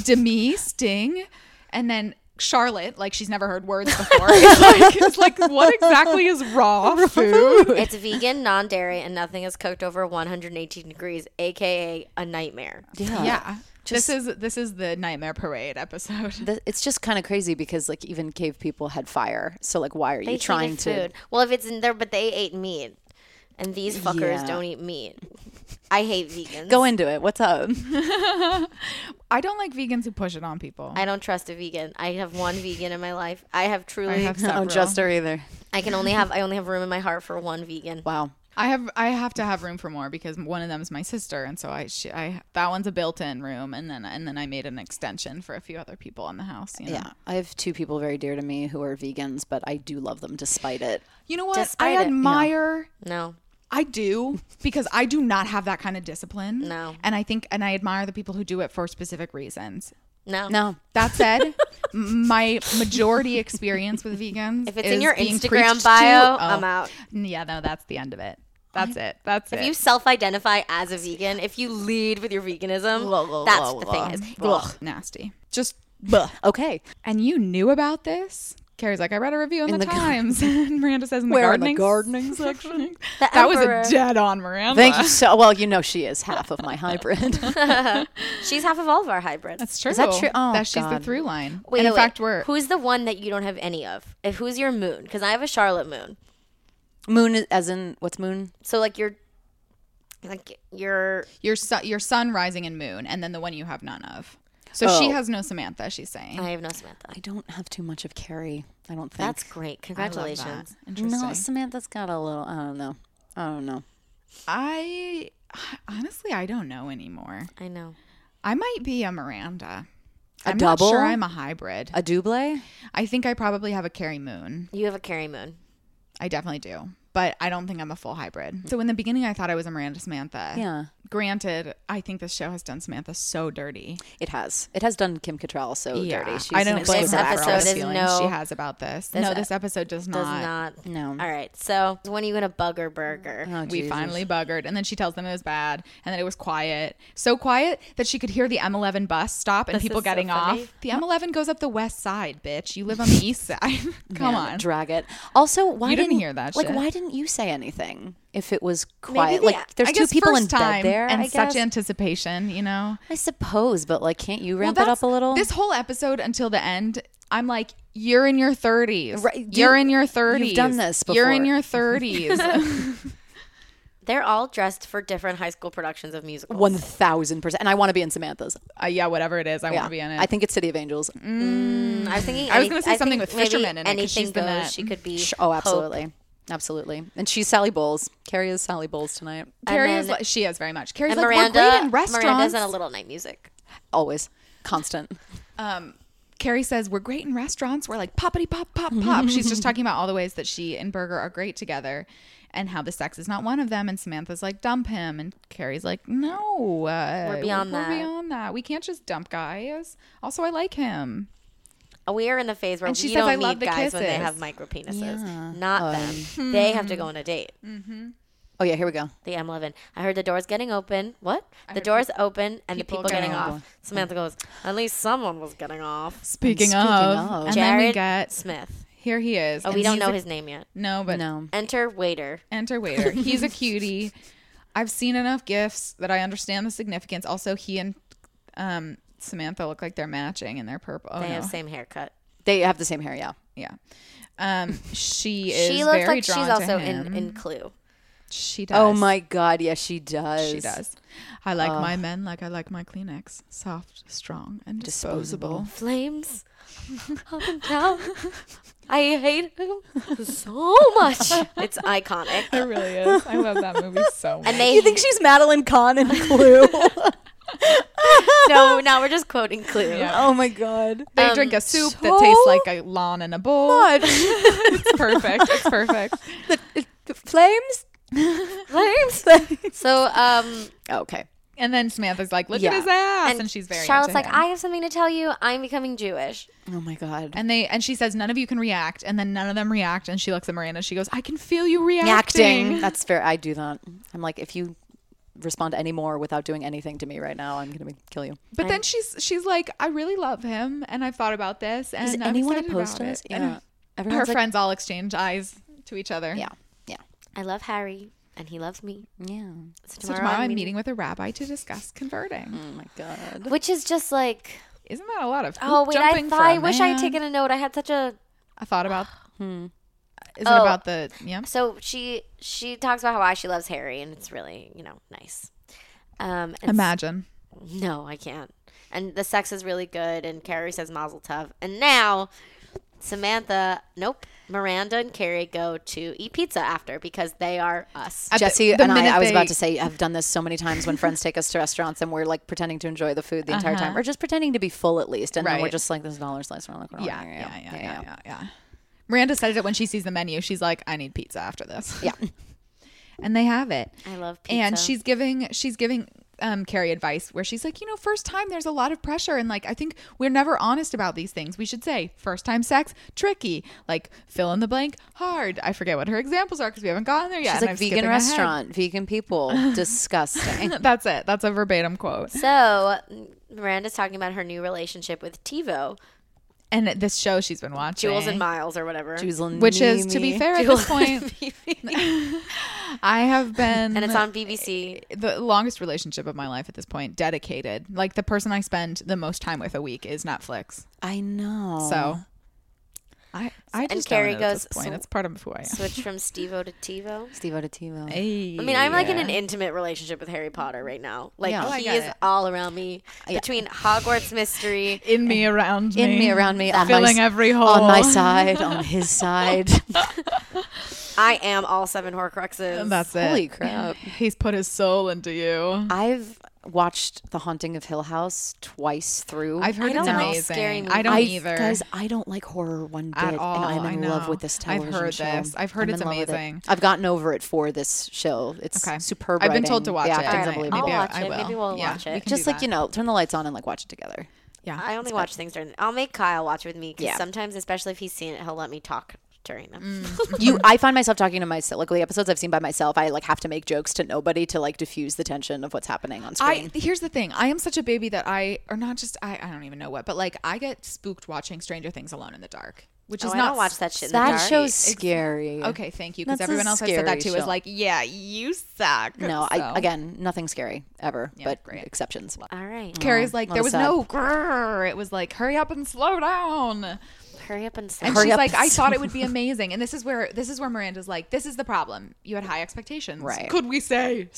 A: Demi Sting, and then Charlotte, like she's never heard words before. it's, like, it's like, what exactly is raw food?
B: It's vegan, non-dairy, and nothing is cooked over 118 degrees, aka a nightmare.
C: yeah.
A: Yeah, this is this is the Nightmare Parade episode.
C: Th- It's just kind of crazy because like even cave people had fire. So like why are you
B: They trying
C: trying to
B: food. Well, if it's in there, but they ate meat, and these fuckers
C: Yeah.
B: don't eat meat. I hate vegans.
C: go into it? What's up?
A: I don't like vegans who push it on people.
B: I don't trust a vegan. I have one vegan in my life. I have truly. I,
A: have several.
C: Oh, just her either.
B: can only have. I only have room in my heart for one vegan.
C: Wow.
A: I have I have to have room for more because one of them is my sister, and so I she, I that one's a built-in room, and then and then I made an extension for a few other people in the house. You know?
C: Yeah. I have two people very dear to me who are vegans, but I do love them despite it.
A: you know what?
B: Despite
A: I
B: it, yeah.
A: admire.
B: No,
A: I do because I do not have that kind of discipline.
B: No.
A: and I think and I admire the people who do it for specific reasons.
B: no,
C: No.
A: That said, m- my majority experience with vegans.
B: If it's in
A: is
B: your
A: being
B: Instagram
A: preached to-
B: bio,
A: Oh.
B: I'm out.
A: Yeah, no, that's the end of it. That's it. That's
B: If
A: it.
B: you self-identify as a vegan, if you lead with your veganism, that's the thing. Is
A: Ugh, nasty. Just. Bleh.
C: Okay.
A: and you knew about this? Carrie's like, I read a review in, the, Times. and Miranda says, in the
C: Where in the
A: gardening,
C: gardening
A: section.
B: The
A: that was
B: emperor.
A: a dead on Miranda.
C: Thank you so well, you know she is half of my hybrid.
B: she's half of all of our hybrids.
A: That's true.
C: that true? Oh,
A: that she's the
C: God.
A: through line.
B: Wait,
A: and in
B: wait,
A: fact,
B: wait.
A: we're
B: who's the one that you don't have any of? If who's your moon? Because I have a Charlotte moon.
C: moon is- as in what's moon?
B: So like your, like your
A: your su- your sun rising and moon, and then the one you have none of. So she has no Samantha. She's saying
B: I have no Samantha.
C: I don't have too much of Carrie. I don't think.
B: That's great. Congratulations.
A: interesting.
C: no, Samantha's got a little I don't know. I don't know.
A: I honestly I don't know anymore.
B: I know.
A: I might be a Miranda.
C: A
A: i I'm
C: double?
A: Not sure, I'm a hybrid.
C: A double?
A: I think I probably have a Carrie Moon.
B: You have a Carrie moon.
A: I definitely do, but I don't think I'm a full hybrid. So in the beginning, I thought I was a Miranda Samantha.
C: Yeah.
A: Granted, I think this show has done Samantha so dirty.
C: It has. It has done Kim Cattrall so dirty. She's
A: I don't
C: an
A: blame her
B: This
A: for
C: exquisite
A: all
B: episode
A: the
B: is
A: feelings
B: no-
A: she has about this. no, this episode does not.
B: Does not.
C: No.
B: All right. So when are you gonna bug her burger?
C: Oh,
A: We
C: Jesus.
A: finally buggered, and then she tells them it was bad, and then it was quiet, so quiet that she could hear the M11 bus stop and people
B: is so
A: getting
B: funny.
A: off. The M11 goes up the west side, bitch. You live on the east side. Come
C: Yeah,
A: on.
C: drag it. Also, why
A: You didn't hear that
C: Like,
A: shit.
C: why didn't you say anything if it was quiet?
B: they-
C: like, there's
A: I
C: two
A: guess
C: people in
A: first time
C: bed there.
A: and
C: I
A: such
C: guess.
A: anticipation, you know.
C: I suppose, but like, can't you ramp it
A: that's-
C: up a little?
A: This whole episode until the end, I'm like, you're in your 30s.
C: Right,
A: You're
C: you-
A: in your 30s.
C: you've done this
A: You're in
C: before."
A: your 30s.
B: They're all dressed for different high school productions of musicals.
C: One thousand percent. And I want to be in Samantha's.
A: uh, yeah, whatever it is, I want
C: Yeah,
A: to be in it.
C: I think it's City of Angels.
B: Mm, I was thinking.
A: I was
B: any-
A: gonna say
B: think
A: something with
B: maybe
A: fishermen in it 'cause
B: Anything
A: she's the
B: goes.
A: net.
B: She could be.
C: Oh,
B: Hope.
C: absolutely, absolutely. And she's Sally Bowles. Carrie is Sally Bowles tonight.
A: Carrie
B: and
A: is
B: then-
A: like, she is very much. Carrie's
B: And
A: like,
B: Miranda.
A: we're great in
B: Miranda's
A: restaurants.
B: in a little night music.
C: Always constant.
A: Carrie says, We're great in restaurants. We're like poppity pop, pop, pop. She's just talking about all the ways that she and Burger are great together and how the sex is not one of them. And Samantha's like, Dump him. And Carrie's like, No. Uh,
B: We're beyond
A: we're
B: that."
A: beyond that. We can't just dump guys. Also, I like him.
B: Uh, We are in the phase where
A: And she
B: we
A: says,
B: don't
A: "I love
B: need
A: the
B: guys when they
A: kisses." Oh,
B: have micro penises. Not them. They have
A: Hmm.
B: to go on a date.
C: Oh yeah, here we go.
B: The M11. I heard the door's getting open. What? The door's open and the
A: people
B: people getting
A: getting
B: off. Samantha goes, at least someone was getting off.
A: Speaking,
C: Speaking
A: of,
C: of.
A: and
B: Jared
A: then we get
B: Smith.
A: here he is.
B: Oh,
A: and
B: we don't
A: he's
B: know
A: a-
B: his name yet.
A: No, but
C: No.
B: Enter waiter.
A: Enter waiter. He's a cutie. I've seen enough gifts that I understand the significance. Also, he and um, Samantha look like they're matching and they're purple. Oh,
B: They
A: no.
B: have same haircut.
C: They have the same hair, yeah.
A: yeah. Um, she is
B: she looks
A: very
B: like she's
A: drawn to
B: also
A: him.
B: in, in Clue.
A: She does.
C: Oh my god, yes she does.
A: She does. I like my men like I like my Kleenex, soft, strong, and disposable.
B: Flames up and down. I hate him so much. It's iconic.
A: It really is. I love that movie so much.
B: And they
C: You think she's Madeline Kahn in Clue?
B: no, now we're just quoting Clue.
C: oh my god.
A: They
B: um,
A: drink a soup that tastes like a lawn in a bowl. it's perfect. It's perfect.
C: Flames?
B: Flames. So um,
C: Oh, Okay.
A: And then Samantha's like, "Look at
C: Yeah.
A: his ass,"
B: and,
A: and, she's very.
B: Charlotte's
A: into
B: like,
A: him.
B: I have something to tell you. I'm becoming Jewish.
C: Oh my god.
A: And they and she says none of you can react, and then none of them react. And she looks at Miranda. She goes, "I can feel you reacting."
C: Acting. That's fair. I do that. I'm like, if you respond any more without doing anything to me right now, I'm gonna be- kill you.
A: But then she's she's like, "I really love him, and I've thought about this, and
C: Is
A: I'm
C: anyone
A: excited
C: opposed to
A: about
C: this?
A: it." And
C: Yeah.
A: her
C: Everyone's like,
A: friends all exchange eyes to each other.
C: yeah. Yeah.
B: I love Harry, and he loves me.
C: Yeah.
A: So
B: So tomorrow,
A: tomorrow
B: I'm
A: I'm
B: meeting- Mm.
A: meeting with a rabbi to discuss converting.
C: Oh my god.
B: Which is just like,
A: Isn't that a lot of
B: oh
A: hoop
B: wait, I
A: jumping
B: thought
A: for a
B: I wish I had
A: man?
B: taken a note. I had such a
A: I thought about. Is
B: Oh.
A: it about the yeah?
B: so she she talks about how why she loves Harry, and it's really you know nice. Um, and
A: Imagine.
B: No, I can't. And the sex is really good, and Carrie says Mazel Tov. And now, Samantha, nope, Miranda and Carrie go to eat pizza after because they are us.
A: At the-
C: Jesse
A: the
C: and
A: minute
C: I, I was
A: they-
C: about to say, I've done this so many times when friends take us to restaurants and we're like pretending to enjoy the food the entire time or just pretending to be full at least. And then we're
A: Uh-huh. Right.
C: just like, there's a dollar slice around the corner.
A: Yeah, yeah, yeah, yeah, yeah, yeah. Miranda says it when she sees the menu. She's like, "I need pizza after this."
C: Yeah.
A: and they have it.
B: I love
A: And
B: pizza.
A: she's giving she's giving um, Carrie advice where she's like, you know, first time there's a lot of pressure, and like I think we're never honest about these things. We should say first time sex tricky, like fill in the blank hard. I forget what her examples are because we haven't gotten there yet.
C: She's
A: and
C: like
A: I'm
C: vegan
A: skipping ahead."
C: restaurant, vegan people, disgusting.
A: That's it. That's a verbatim quote.
B: so Miranda's talking about her new relationship with TiVo,
A: And this show she's been watching,
B: Jules and Miles or whatever.
C: Drizzle
A: which is to be
C: me.
A: fair at this point, I have been
B: and it's on BBC.
A: the longest relationship of my life at this point dedicated like the person i spend the most time with a week is netflix
C: I know.
A: so i i just
B: Carrie
A: don't know at this
B: goes,
A: point
B: "So-
A: it's part of who i am
B: Switch from Stevo to TiVo.
C: Steve Ottimo.
A: Hey.
B: I mean, I'm like in an intimate relationship with Harry Potter right now. Like
C: Yeah. Oh,
A: I
B: he
A: get
B: is
A: it.
B: all around me between Hogwarts Mystery.
A: in me around me
C: in me, around me, on
A: Filling
C: my, s-
A: every hole.
C: on my side, on his side.
B: I am all seven Horcruxes.
A: that's it
C: Holy crap!
A: he's put his soul into you
C: I've watched The Haunting of Hill House twice through.
A: i've heard
B: I
A: it's
B: don't like
A: amazing
B: scary
A: i don't
C: I-
A: either
C: Guys, I don't like horror one bit,
A: At all,
C: and I'm in
A: I
C: love
A: know.
C: with this
A: I've
C: television
A: heard
C: show.
A: this. I've heard
C: I'm
A: it's
C: in love with it.
A: amazing.
C: I've gotten over it for this show. It's
A: Okay.
C: superb.
A: I've been told to watch
C: writing.
A: it.
C: the acting's
B: Alright, I'll
C: unbelievable.
B: watch
A: I
B: it.
A: will.
B: Maybe we'll
A: Yeah,
B: watch
A: we
B: it.
A: can do
C: Just like
A: that.
C: you know, turn the lights on and like watch it together.
A: yeah
B: I only watch things during. I'll make Kyle watch with me because
C: Yeah.
B: sometimes, especially if he's seen it, he'll let me talk during
A: Mm,
B: them. Oh,
C: you, I find myself talking to myself. Like the episodes I've seen by myself, I like have to make jokes to nobody to like diffuse the tension of what's happening on
A: I
C: screen.
A: here's the thing. I am such a baby that I or not just I, I don't even know what, but like I get spooked watching Stranger Things alone in the dark, which
B: Oh,
A: is
B: I
A: not
B: don't watch that shit. In the
C: that
B: dark.
C: show's scary.
A: Okay, thank you. Because
C: That's a
A: everyone else I said that to
C: scary
A: was
C: show.
A: like, "Yeah, you suck."
C: No,
A: So-
C: I again, nothing scary ever, but exceptions.
B: All right,
A: Carrie's like, there
C: a
A: was
C: sad-
A: no grrr. It was like, hurry up and slow down.
B: hurry up and slow.
A: And
C: Hurry
A: she's
C: up
A: like,
C: and
A: I thought it would be amazing. And this is where this is where Miranda's like, this is the problem. You had high expectations.
C: Right.
A: Could we say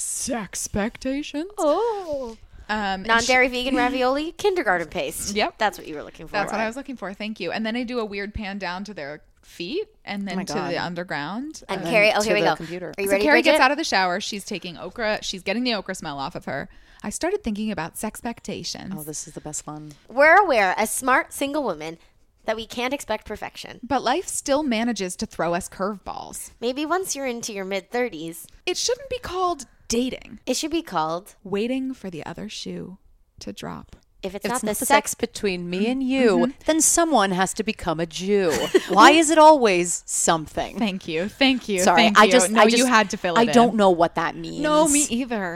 A: expectations?
B: Oh,
A: Um, and she-
B: non-dairy vegan ravioli, kindergarten paste.
A: Yep.
B: that's what you were looking for.
A: That's what I was looking for. Thank you. And then they do a weird pan down to their feet and then to the underground.
B: And
A: Uh,
B: Carrie, oh,
C: to
B: here we
C: the
B: go.
C: computer.
B: Are you
A: so
B: ready,
A: Carrie gets
B: Bridget?
A: out of the shower. She's taking okra. She's getting the okra smell off of her. I started thinking about sexpectations.
C: Oh, this is the best one.
B: We're aware, as smart single women, that we can't expect perfection.
A: but life still manages to throw us curveballs.
B: Maybe once you're into your mid 30s,
A: It shouldn't be called dating.
B: it should be called,
A: Waiting for the other shoe to drop.
B: if it's,
C: If
B: not,
C: it's not
B: the
C: sex
B: sex,
C: between
A: Mm-hmm.
C: me and you, then someone has to become a Jew. Why is it always something?
A: Thank you. Thank you.
C: Sorry,
A: Thank
C: I
A: you.
C: just
A: no,
C: I just,
A: you had to fill it
C: I
A: in.
C: don't know what that means.
A: No, me e- either.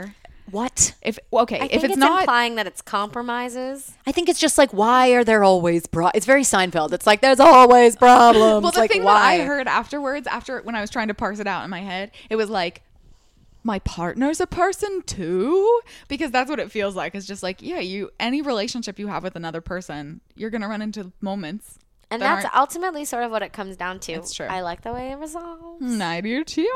C: What?
A: If okay,
B: I
A: if
B: think
A: it's,
B: it's,
A: not
B: implying that it's compromises.
C: I think it's just like why are there always pro- It's very Seinfeld. It's like there's always problems.
A: well, the
C: like
A: thing
C: why?
A: that I heard afterwards, after when I was trying to parse it out in my head, it was like, my partner's a person too, because that's what it feels like. It's just like, yeah, you any relationship you have with another person, you're gonna run into moments.
B: And
A: There
B: that's
A: aren't-
B: ultimately sort of what it comes down to.
A: It's true. Hmm.
B: I like the way it resolves.
A: Night or two.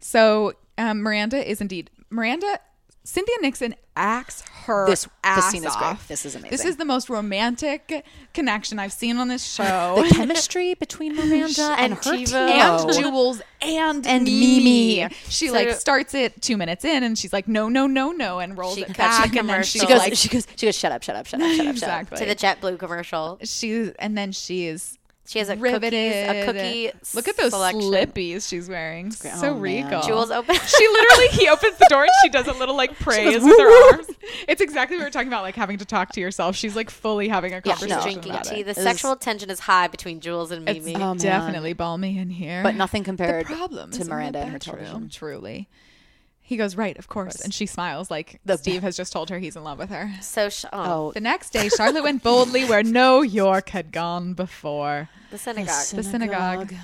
A: So um, Miranda is indeed Miranda. Cynthia Nixon acts her
C: This- this
A: ass
C: scene is great.
A: off.
C: This is amazing.
A: This is the most romantic connection I've seen on this show.
C: the chemistry between Miranda and,
B: And
C: her
B: Chivo.
A: and
C: team.
A: Jules and
C: And
A: Mimi.
C: Mimi.
A: She like starts it two minutes in, and she's like, no, no, no, no, and rolls
B: She
A: it
B: cuts
A: back,
B: the
A: and then she
C: She
B: commercial.
C: goes.
A: like
C: she goes. She goes. Shut up. Shut up. Shut up. Shut up. Shut up.
A: exactly.
B: To the JetBlue commercial.
A: she and then she is
B: She has a
A: riveted.
B: cookies, a cookie.
A: Look at those
B: selection.
A: slippies she's wearing. So
C: Oh, man.
A: regal.
B: Jules open.
A: She literally he opens the door and she does a little like praise
C: goes,
A: with
C: "Woo, woo."
A: her arms. It's exactly what we were talking about, like having to talk to yourself. She's like fully having a
C: Yeah, she's
A: conversation.
C: No.
B: drinking
A: about
B: tea.
A: it.
B: The
C: This-
B: sexual tension is high between Jules and
A: It's
B: Mimi.
C: Oh, man.
A: definitely balmy in here.
C: But nothing compared
A: the problem
C: to
A: is in the
C: Miranda and her
A: bedroom,
C: television.
A: Truly. He goes, right, of course. And she smiles like
C: The-
A: Steve has just told her he's in love with her.
B: so sh- oh,
C: Oh,
A: The next day, Charlotte went boldly where no York had gone before
B: the synagogue. Mm.
A: the synagogue.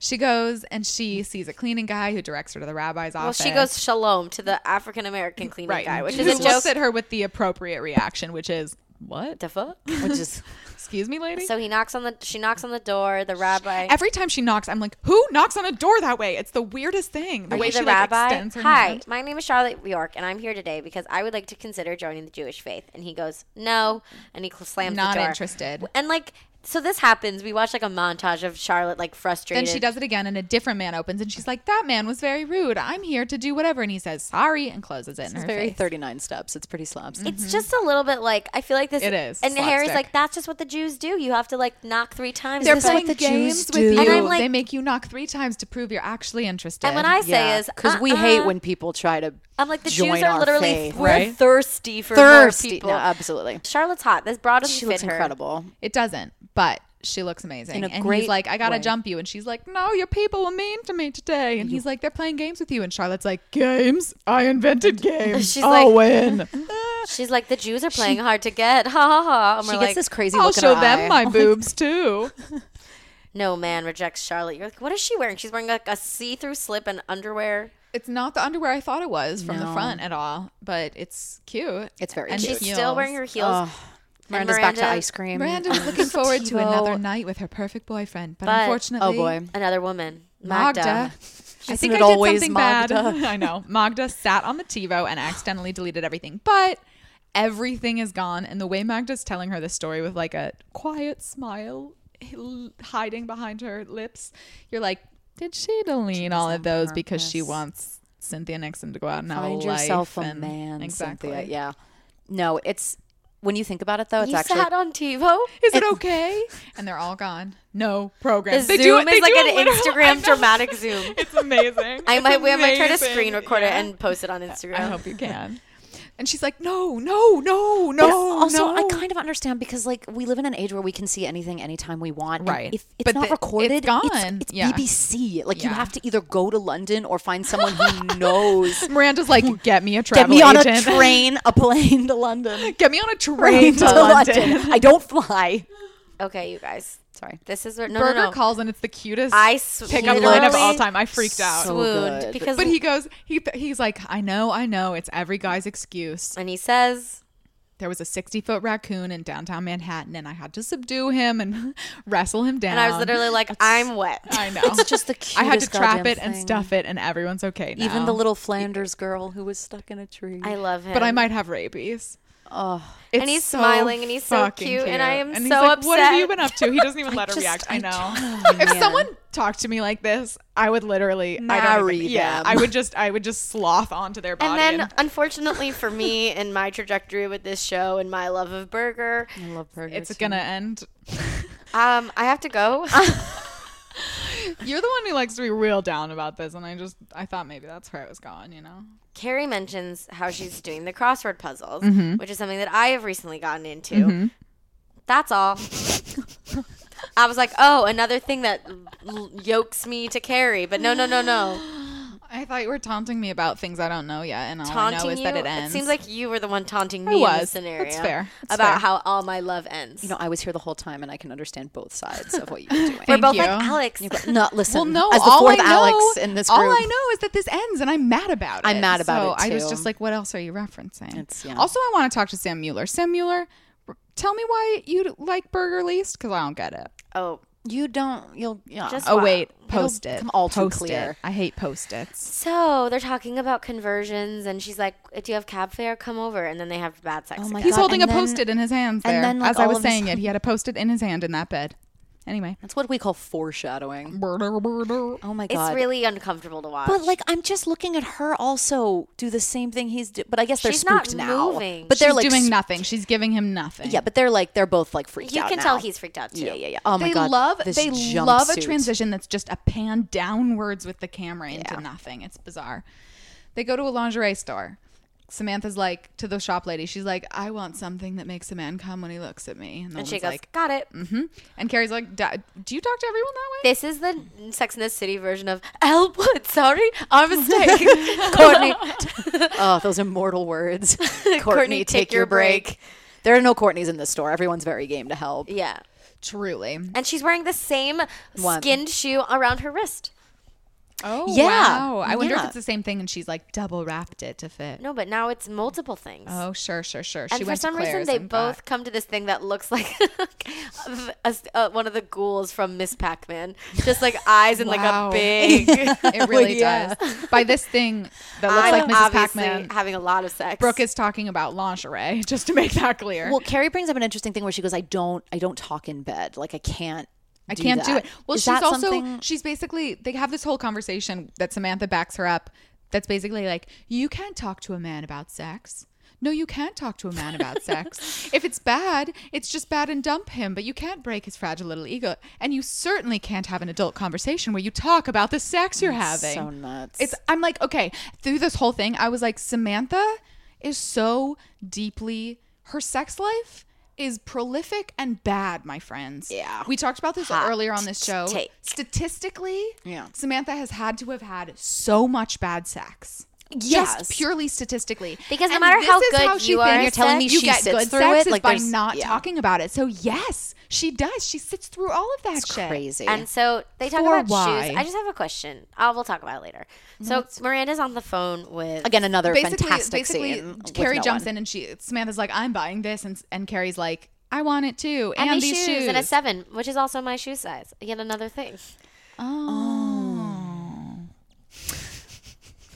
A: She goes and she sees a cleaning guy who directs her to the rabbi's
B: well,
A: office.
B: she goes shalom to the African American cleaning guy, which
A: Who
B: is a
A: looks
B: joke.
A: at her with the appropriate reaction, which is, What?
B: The fuck?
C: which is
A: Excuse me, lady?
B: So he knocks on the. She knocks on the door. The rabbi.
A: Every time she knocks, I'm like, Who knocks on a door that way? It's the weirdest thing. The
B: Are
A: way
B: you
A: she
B: the
A: like,
B: rabbi?
A: extends her
B: Hi,
A: hand.
B: my name is Charlotte York, and I'm here today because I would like to consider joining the Jewish faith. And he goes, "No," and he cl- slams
A: Not
B: the door.
A: interested.
B: And like, so this happens. We watch like a montage of Charlotte like frustrated.
A: Then she does it again, and a different man opens, and she's like, "That man was very rude. I'm here to do whatever." And he says, "Sorry," and closes it in her
C: very
A: face.
C: 39 steps. It's pretty slaps.
B: It's just a little bit like I feel like this.
A: It is
B: And Harry's
A: slapstick.
B: like, "That's just what the Jews do. You have to like knock three times."
A: They're
B: It's
C: this what
A: playing
B: like,
C: the
A: games
C: Jews
A: with you.
C: do?
B: And I'm like-
A: they make you knock three times to prove you're actually interested.
B: and when I say is
C: because we
B: "Uh-uh."
C: hate when people try to.
B: I'm like the
C: join
B: Jews are
C: our
B: literally
C: faith.
B: we're
A: right?
B: thirsty for
C: thirsty.
B: more people.
C: No, absolutely.
B: Charlotte's hot. This bra doesn't
C: She
B: fit
C: looks
B: her.
C: incredible.
A: it doesn't, but she looks amazing.
C: In a
A: and
C: great
A: he's like, "I gotta
C: way.
A: jump you," and she's like, "No, your people were mean to me today." And he's like, "They're playing games with you," and Charlotte's like, "Games? I invented games.
B: She's
A: I'll
B: like-
A: win.
B: She's like the Jews are playing hard to get. Ha ha ha. And
C: She
B: we're
C: gets
B: like,
C: this crazy
A: I'll
C: look in
A: show
C: her
A: them
C: eye.
A: my boobs too."
B: No man rejects Charlotte. You're like, what is she wearing? She's wearing like a see-through slip and underwear.
A: It's not the underwear I thought it was from the
C: No.
A: front at all, but it's cute.
C: It's very
A: And
C: cute.
B: She's
A: heels.
B: still wearing her heels.
C: Ugh. Miranda's back to
B: Miranda-
C: ice cream.
A: Miranda was
C: Um,
A: looking forward to
C: Tebow.
A: another night with her perfect boyfriend, but,
B: But-
A: unfortunately,
C: Oh boy.
B: Another woman, Magda.
A: Magda. I
C: Isn't
A: think
C: it
A: I did
C: always
A: something bad.
C: Magda?
A: I know. Magda sat on the TiVo and accidentally deleted everything, but everything is gone. And the way Magda's telling her this story with like a quiet smile h- hiding behind her lips, you're like, did she delete all of those because she wants Cynthia Nixon to go out and have
C: Find
A: a life
C: yourself a
A: and-
C: man,
A: Exactly.
C: Cynthia. Yeah. No, it's when you think about it though, it's
B: you
C: actually
B: sat on TiVo.
A: Is it okay? And they're all gone. No
B: The
A: programs.
B: zoom is like an Instagram dramatic zoom.
A: It's amazing.
B: I might, we might try to
A: amazing.
B: screen record
A: Yeah.
B: it and post it on Instagram.
A: I hope you can. And she's like, no, no, no, no.
C: But also,
A: no.
C: I kind of understand because like we live in an age where we can see anything anytime we want. and
A: Right.
C: If it's
A: But
C: not
A: the- it's
C: recorded, it's
A: gone.
C: It's,
A: Yeah.
C: BBC. Like you
A: Yeah.
C: have to either go to London or find someone who knows.
A: Miranda's like, get me a
C: Get
A: travel
C: me on
A: agent.
C: a train, a plane to London.
A: Get me on a train to London.
C: I don't fly.
B: Okay, you guys.
C: Sorry.
B: This is where no,
A: Burger
B: no, no.
A: calls and it's the cutest
B: I s-
A: pickup
B: literally
A: line of all time. I freaked out.
C: So
B: swooned
C: good.
B: because
A: but he goes, he he's like, I know, I know, it's every guy's excuse.
B: and he says
A: There was a sixty foot raccoon in downtown Manhattan, and I had to subdue him and wrestle him down.
B: and I was literally like, I'm wet.
A: I know.
C: It's just the cutest
A: I had to trap
C: goddamn
A: it and
C: thing.
A: stuff it, and everyone's okay now.
C: Even the little Flanders girl who was stuck in a tree.
B: I love him.
A: But I might have rabies.
B: and he's smiling and he's so
A: fucking
B: cute, and I am
A: he's
B: so
A: like, What have you
B: upset."
A: been up to? He doesn't even let her
C: just-
A: react.
C: I
A: I know.
C: don't know,
A: if
C: man.
A: someone talked to me like this, I would literally I don't
C: Marry
A: even, Yeah,
C: them.
A: I would just I would just sloth onto their body.
B: And then, unfortunately for me and my trajectory with this show and my love of burger,
C: I love burgers.
A: it's gonna end.
B: um, I have to go.
A: You're the one who likes to be real down about this, and I just I thought maybe that's where I was going. You know,
B: Carrie mentions how she's doing the crossword puzzles,
A: Mm-hmm.
B: which is something that I have recently gotten into. That's all. I was like, oh, another thing that l- yokes me to Carrie, but no, no, no, no.
A: I thought you were taunting me about things I don't know yet, and all
B: Taunting
A: I know is
B: you.
A: that it ends.
B: seems like you were the one taunting
A: I
B: me in
A: was. That's
B: this scenario.
A: fair. That's
B: about
A: fair.
B: how all my love ends.
C: You know, I was here the whole time, and I can understand both sides of what you were doing.
B: We're both
A: you.
B: like Alex.
C: Not listen.
A: well, no,
C: as the
A: all
C: fourth
A: I know,
C: Alex in this group.
A: all I know is that this ends, and I'm mad about it.
C: I'm mad about
A: So
C: it,
A: I was
C: too.
A: just like, what else are you referencing?
C: It's- yeah.
A: Also, I want to talk to Sam Mueller. Sam Mueller, r- tell me why you like burger least, because I don't get it.
B: oh,
C: You don't. You'll. Yeah.
B: Just-
A: Oh
B: Wow.
A: wait, post it.
C: come all too
A: post
C: clear.
A: It. I hate post its.
B: so they're talking about conversions, and she's like, "Do you have cab fare? Come over." And then they have bad sex.
C: Oh my
B: again.
A: He's
C: God,
A: holding a
C: and then-
A: post it in his hands
C: and
A: there.
C: then, like,
A: As I
C: all
A: was
C: of a
A: saying it,
C: sudden-
A: he had a post it in his hand in that bed. Anyway.
C: That's what we call foreshadowing.
A: Burger, burger.
C: Oh my god.
B: It's really uncomfortable to watch.
C: But like, I'm just looking at her also do the same thing he's. Do- but I guess they're
B: She's not
C: spooked now.
B: moving.
C: But they're
A: She's
C: like
A: doing
C: sp-
A: nothing. She's giving him nothing.
C: Yeah, but they're like they're both like freaked
B: you
C: out.
B: can
C: now.
B: tell he's freaked out too.
C: Yeah, yeah, yeah. Oh my
A: they
C: god.
A: love
C: this
A: they love a
C: jumpsuit.
A: transition that's just a pan downwards with the camera into nothing. It's bizarre. They go to a lingerie store. Samantha's like to the shop lady. She's like, "I want something that makes a man come when he looks at me." And, the
B: And
A: woman's
B: she goes,
A: like, "Mm."
B: "Got it."
A: and Carrie's like, "Da- "Do you talk to everyone that way?"
B: This is the Sex in the City version of Elwood. Sorry, our mistake. Courtney,
C: Oh, those immortal words. Courtney,
B: Courtney, take your break.
C: There are no Courtneys in this store. Everyone's very game to help.
B: yeah.
A: Truly.
B: And she's wearing the same
C: One.
B: skinned shoe around her wrist.
A: Oh
C: Yeah.
A: wow! I wonder if
C: Yeah.
A: it's the same thing, and she's like double wrapped it to fit.
B: No, but now it's multiple things.
A: Oh sure, sure, sure.
B: and
A: she
B: for
A: went
B: some
A: to
B: reason,
A: Claire's
B: they
A: and got-
B: both come to this thing that looks like a, uh, one of the ghouls from Miss Pac-Man, just like eyes and
A: Wow.
B: like a big.
A: It really does. By this thing that looks
B: I'm
A: like Mrs.
B: obviously
A: Pac-Man,
B: having a lot of sex.
A: Brooke is talking about lingerie. Just to make that clear.
C: Well, Carrie brings up an interesting thing where she goes, "I don't, I don't talk in bed. Like I can't.
A: I can't do
C: that."
A: it. Well,
C: Is
A: she's
C: that
A: also
C: something-
A: she's basically they have this whole conversation that Samantha backs her up. That's basically like you can't talk to a man about sex. No, you can't talk to a man about sex. If it's bad, it's just bad and dump him, but you can't break his fragile little ego. And you certainly can't have an adult conversation where you talk about the sex you're having.
C: so nuts.
A: It's I'm like, okay, through this whole thing, I was like, Samantha is so deeply her sex life is prolific and bad, my friends.
C: Yeah.
A: We talked about this earlier on this show.
B: take.
A: Statistically,
C: Yeah.
A: Samantha has had to have had so much bad sex.
C: Yes.
A: Just purely statistically.
B: Because no
A: And
B: matter
A: this
B: how
A: is
B: good
A: she
B: you are
A: thinks
B: at You're telling me
C: sex,
A: you
C: she
A: get
C: sits
A: good
C: through
A: sex
C: it?
A: is
C: Like,
A: by
C: there's-
A: not
C: yeah.
A: talking about it. So yes, she does. She sits through all of that shit.
C: crazy.
B: And so they talk
A: For
B: about
A: why? Mm-hmm.
B: shoes. I just have a question. i we'll talk about it later. So Miranda's on the phone with
C: Again, another
A: basically,
C: fantastic
A: basically,
C: scene. with
A: Carrie
C: no
A: jumps
C: one.
A: in and she Samantha's like, "I'm buying this," and and Carrie's like, "I want it too." And,
B: and
A: these shoes.
B: and a seven, which is also my shoe size. Yet another thing.
A: oh.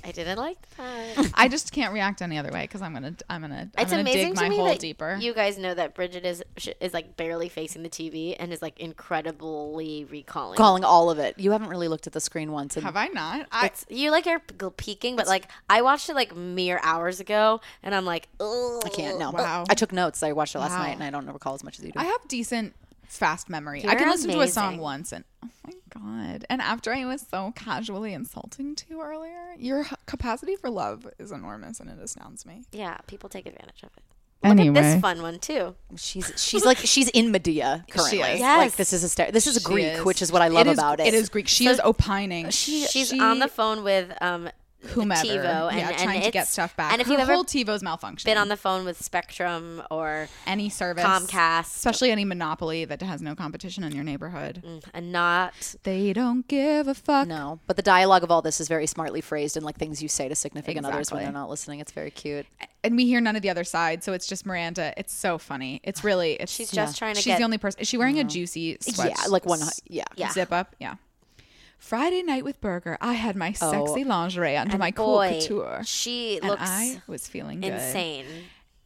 B: I didn't like that.
A: I just can't react any other way because I'm gonna I'm gonna I'm
B: It's
A: gonna
B: amazing
A: dig
B: to
A: my
B: me
A: hole
B: that
A: deeper.
B: you guys know that Bridget is sh- is like barely facing the TV and is like incredibly recalling.
C: calling all of it. You haven't really looked at the screen once. And
A: Have I not? I
B: It's- you like are p- peeking, but like I watched it like mere hours ago, and I'm like, Ugh.
C: I can't. No.
A: Wow.
C: I took notes. I watched it last
A: Wow.
C: night, and I don't recall as much as you do.
A: I have decent fast memory. I
B: You're
A: can listen to a song
B: amazing.
A: once and oh my god! And after I was so casually insulting to you earlier, your h- capacity for love is enormous, and it astounds me.
B: Yeah, people take advantage of it.
A: anyway,
B: Look at this fun one too.
C: she's she's like she's in Medea currently.
A: is.
C: Like
B: Yes.
C: this is hysterical. This is
A: She
C: Greek, which is what I love
A: It is-
C: about it.
A: It is Greek. She is opining.
B: She's
A: She-
B: on the phone with um
A: whomever.
B: TiVo and,
A: yeah,
B: and
A: trying to
B: it's-
A: get stuff back.
B: And if
A: Her
B: you've ever
A: whole TiVo's malfunctioning.
B: been on the phone with Spectrum or
A: any service,
B: Comcast
A: especially any monopoly that has no competition in your neighborhood,
B: and not
A: they don't give a fuck.
C: No, but the dialogue of all this is very smartly phrased and like things you say to significant others when
A: Exactly.
C: they're not listening. It's very cute.
A: And we hear none of the other side, so it's just Miranda. It's so funny. It's really. It's,
B: She's just trying to
A: She's
B: get-
A: the only person. Is she wearing a juicy sweat?
C: yeah, like one. Yeah,
B: Yeah.
A: zip up. Yeah. Friday night with Burger, I had my sexy lingerie under my cool
B: Oh. boy.
A: couture.
B: She
A: and
B: looks
A: I was feeling good.
B: insane.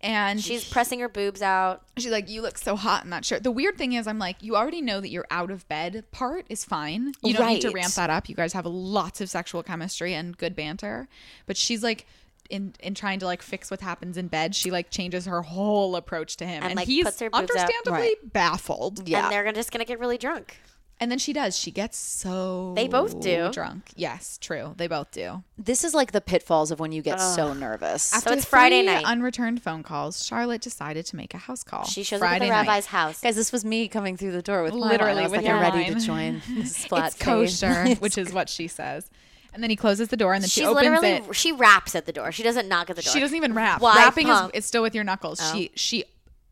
A: And
B: She's pressing her boobs out.
A: She's like, "You look so hot in that shirt." The weird thing is, I'm like, "You already know that your out of bed part is fine. You don't need to
B: Right.
A: ramp that up. You guys have lots of sexual chemistry and good banter." But she's like, in in trying to like fix what happens in bed, she like changes her whole approach to him, and,
B: And, like,
A: he's
B: puts her boobs up.
A: understandably baffled.
C: Yeah.
B: And they're gonna- just going to get really drunk.
A: And then she does. She gets so
B: They both do.
A: drunk. Yes, true. They both do.
C: This is like the pitfalls of when you get so nervous.
B: So it's Friday
A: three
B: night.
A: Unreturned phone calls. Charlotte decided to make a house call.
B: She shows up at
A: Friday
B: the
A: night.
B: rabbi's house.
C: Guys, this was me coming through the door with my
A: Literally
C: wine. I was
A: with
C: like,
A: your
C: I'm ready to
A: wine.
C: join this flat
A: it's kosher, which is what she says. And then he closes the door, and then she
B: She's
A: opens
B: literally
A: it.
B: she raps at the door. She doesn't knock at the door.
A: She doesn't even wrap.
B: Why Oh.
A: Wrapping is,
B: pump?
A: is still with your knuckles. She she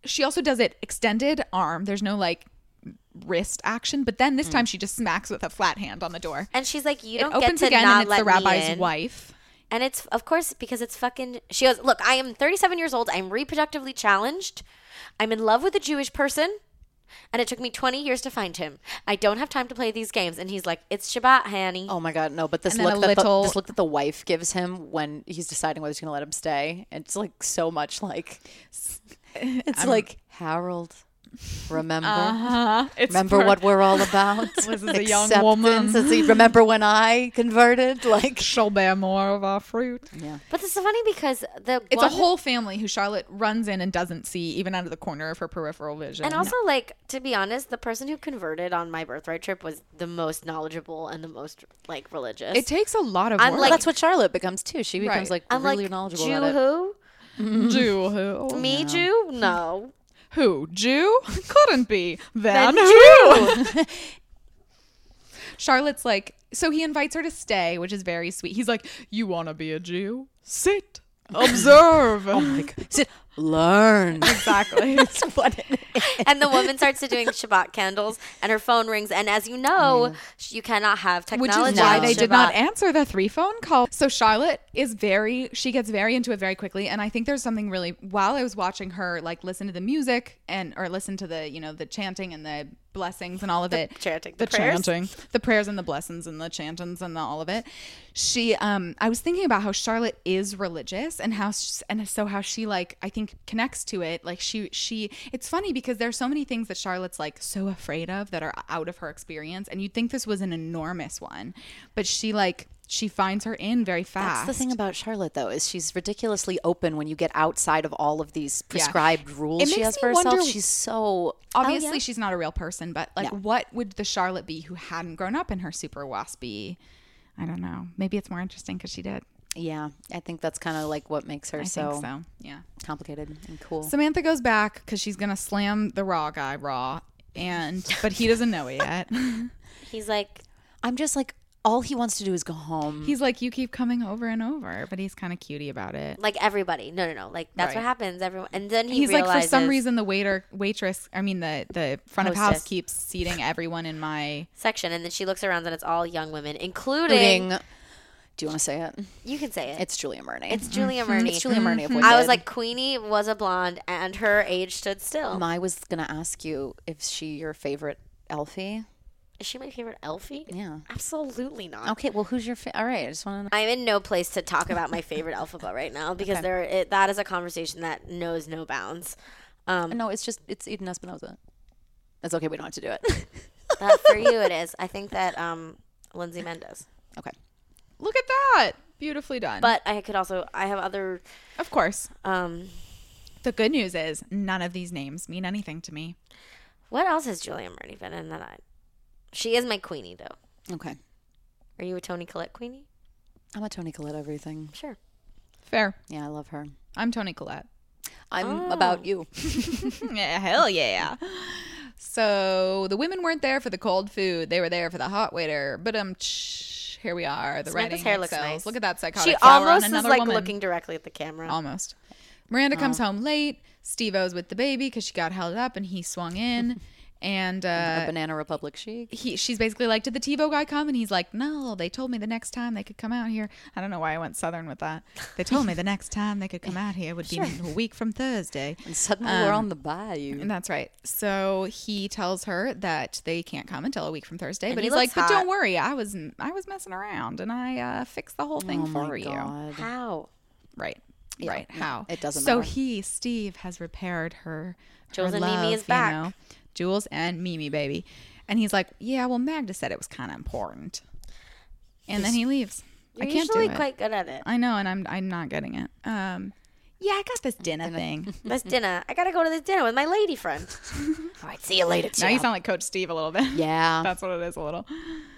A: she also does it extended arm. There's no like wrist action, but then this time she just smacks with a flat hand on the door.
B: And she's like, Hmm. "You
A: It
B: don't
A: opens
B: get to
A: again,
B: not
A: and it's
B: let
A: the rabbi's
B: me in."
A: wife.
B: And it's of course because it's fucking. She goes, "Look, I am 37 years old. I'm reproductively challenged. I'm in love with a Jewish person." And it took me 20 years to find him. I don't have time to play these games. And he's like, it's Shabbat, honey.
C: Oh my god, no! But this
A: And then
C: look,
A: a
C: that
A: little-
C: the, this look that the wife gives him when he's deciding whether he's going to let him stay, it's like so much like it's like Harold. Remember,
A: Uh-huh. It's
C: remember
A: per-
C: what we're all about.
A: This is a young woman.
C: It's like, remember when I converted? Like
A: She'll bear more of our fruit.
B: But this is funny because the
A: It's
B: one,
A: a whole family who Charlotte runs in and doesn't see even out of the corner of her peripheral vision.
B: And also, like to be honest, the person who converted on my birthright trip was the most knowledgeable and the most like religious.
A: it takes a lot of
B: I'm
A: work.
B: like-
C: that's what Charlotte becomes too. She
A: Right.
C: becomes like
B: I'm
C: really
B: like,
C: knowledgeable
B: Jew
C: about it.
B: who? mm-hmm.
A: Jew who?
B: Me Jew? No.
A: Who? Jew? Couldn't be. Then, who? Charlotte's like, so he invites her to stay, which is very sweet. He's like, you want to be a Jew? Sit. Observe.
C: Oh Sit, learn.
A: exactly.
C: That's what it is.
B: and the woman starts to doing Shabbat candles, and her phone rings. And as you know, sh you cannot have
A: Mm. Which
B: technology.
A: is why
B: on
A: they did not
B: Shabbat.
A: answer the three phone call. So Charlotte is very, she gets very into it very quickly. And I think there's something really, while I was watching her like listen to the music and, or listen to the, you know, the chanting and the blessings and all of it.
B: chanting,
A: The,
B: the prayers.
A: chanting. The prayers and the blessings and the chantings and the, all of it. She, um, I was thinking about how Charlotte is religious and how, s- and so how she like, I think connects to it. Like she, she, it's funny because there's so many things that Charlotte's like so afraid of that are out of her experience. And you'd think this was an enormous one, but she like, she finds her in very fast.
C: That's the thing about Charlotte, though, is she's ridiculously open when you get outside of all of these prescribed rules
A: It
C: she
A: makes
C: has for
A: me
C: herself.
A: wonder-
C: she's so oh,
A: obviously she's not a real person, but like, what would the Charlotte be who hadn't grown up in her super waspy? I don't know. Maybe it's more interesting because she did.
C: yeah. I think that's kind of like what makes her
A: I
C: so,
A: think so. Yeah.
C: complicated and cool.
A: Samantha goes back because she's gonna slam the raw guy raw, and but he doesn't know it yet.
B: He's like,
C: I'm just like, all he wants to do is go home.
A: he's like, "You keep coming over and over," but he's kind of cutie about it.
B: like everybody. No, no, no. Like that's what
A: Right.
B: happens. Everyone. And then he
A: He's like, for some
B: realizes-
A: reason, the waiter, waitress, I mean, the the front of house
B: Hostess.
A: keeps seating everyone in my.
B: section, and then she looks around, and it's all young women, including,
C: Including- Do you want to say it?
B: you can say it.
C: It's Julia Murney.
B: It's Julia
A: Mm-hmm.
B: Murney. Mm-hmm.
C: It's Julia Murney. Of
B: I was
C: Wicked.
B: like, Queenie was a blonde, and her age stood still.
C: "Oh, I was gonna ask you if she your favorite Elfie.
B: Is she my favorite Elfie?
C: Yeah.
B: Absolutely not.
C: Okay, well, who's your favorite? All right, I just want to. know.
B: I'm in no place to talk about my favorite alphabet right now because there it, that is a conversation that knows no bounds. Um,
C: No, it's just it's Eden Espinosa. That's okay. We don't have to do it.
B: that for you it is. I think that um, Lindsay Mendez.
C: okay.
A: Look at that, beautifully done.
B: But I could also I have other
A: of course,
B: um,
A: the good news is none of these names mean anything to me.
B: what else has Julia Murney been in that I she is my Queenie though.
C: Okay.
B: Are you a Tony Collette Queenie?
C: I'm a Tony Collette everything.
B: Sure.
A: Fair.
C: Yeah, I love her.
A: I'm Tony Collette.
C: I'm
A: Oh.
C: about you.
A: Yeah, hell yeah. So the women weren't there for the cold food; they were there for the hot waiter. But um, tsh, here we are. The
B: Samantha's
A: writing
B: hair looks
A: excels.
B: nice.
A: Look at that psychotic
B: She
A: flower
B: almost
A: on
B: is
A: another
B: like
A: woman.
B: looking Oh. directly at the camera.
A: almost. Miranda comes home late. Steve O's with the baby because she got held up and he swung in. and
C: a
A: uh,
C: Banana Republic chic.
A: he, she's basically like, "Did the TiVo guy come?" And he's like, "No, they told me the next time they could come out here." I don't know why I went southern with that. They told me the next time they could come out here would be a week from Thursday.
C: And suddenly we're
A: um,
C: on the bayou.
A: And that's right. So he tells her that they can't come until a week from Thursday. but
B: he
A: he's like, "But
B: looks
A: don't
B: hot."
A: worry, I was
B: Oh
A: oh I was messing around and I uh, fixed the whole thing for you."
B: How?
A: Right. right how
C: it doesn't
A: so
C: matter.
A: he steve has repaired her
B: Jules
A: her
B: and Mimi
A: love,
B: is
A: you
B: back.
A: know. jules and mimi baby and he's like yeah well magda said it was kind of important and then he leaves i
B: You're
A: can't do
B: usually
A: it
B: quite good at it.
A: i know and i'm i'm not getting it um yeah i got this dinner thing
B: This dinner. I gotta go to this dinner with my lady friend. All right, see you later,
A: now you
B: champ.
A: sound like coach steve a little bit
C: Yeah.
A: that's what it is a little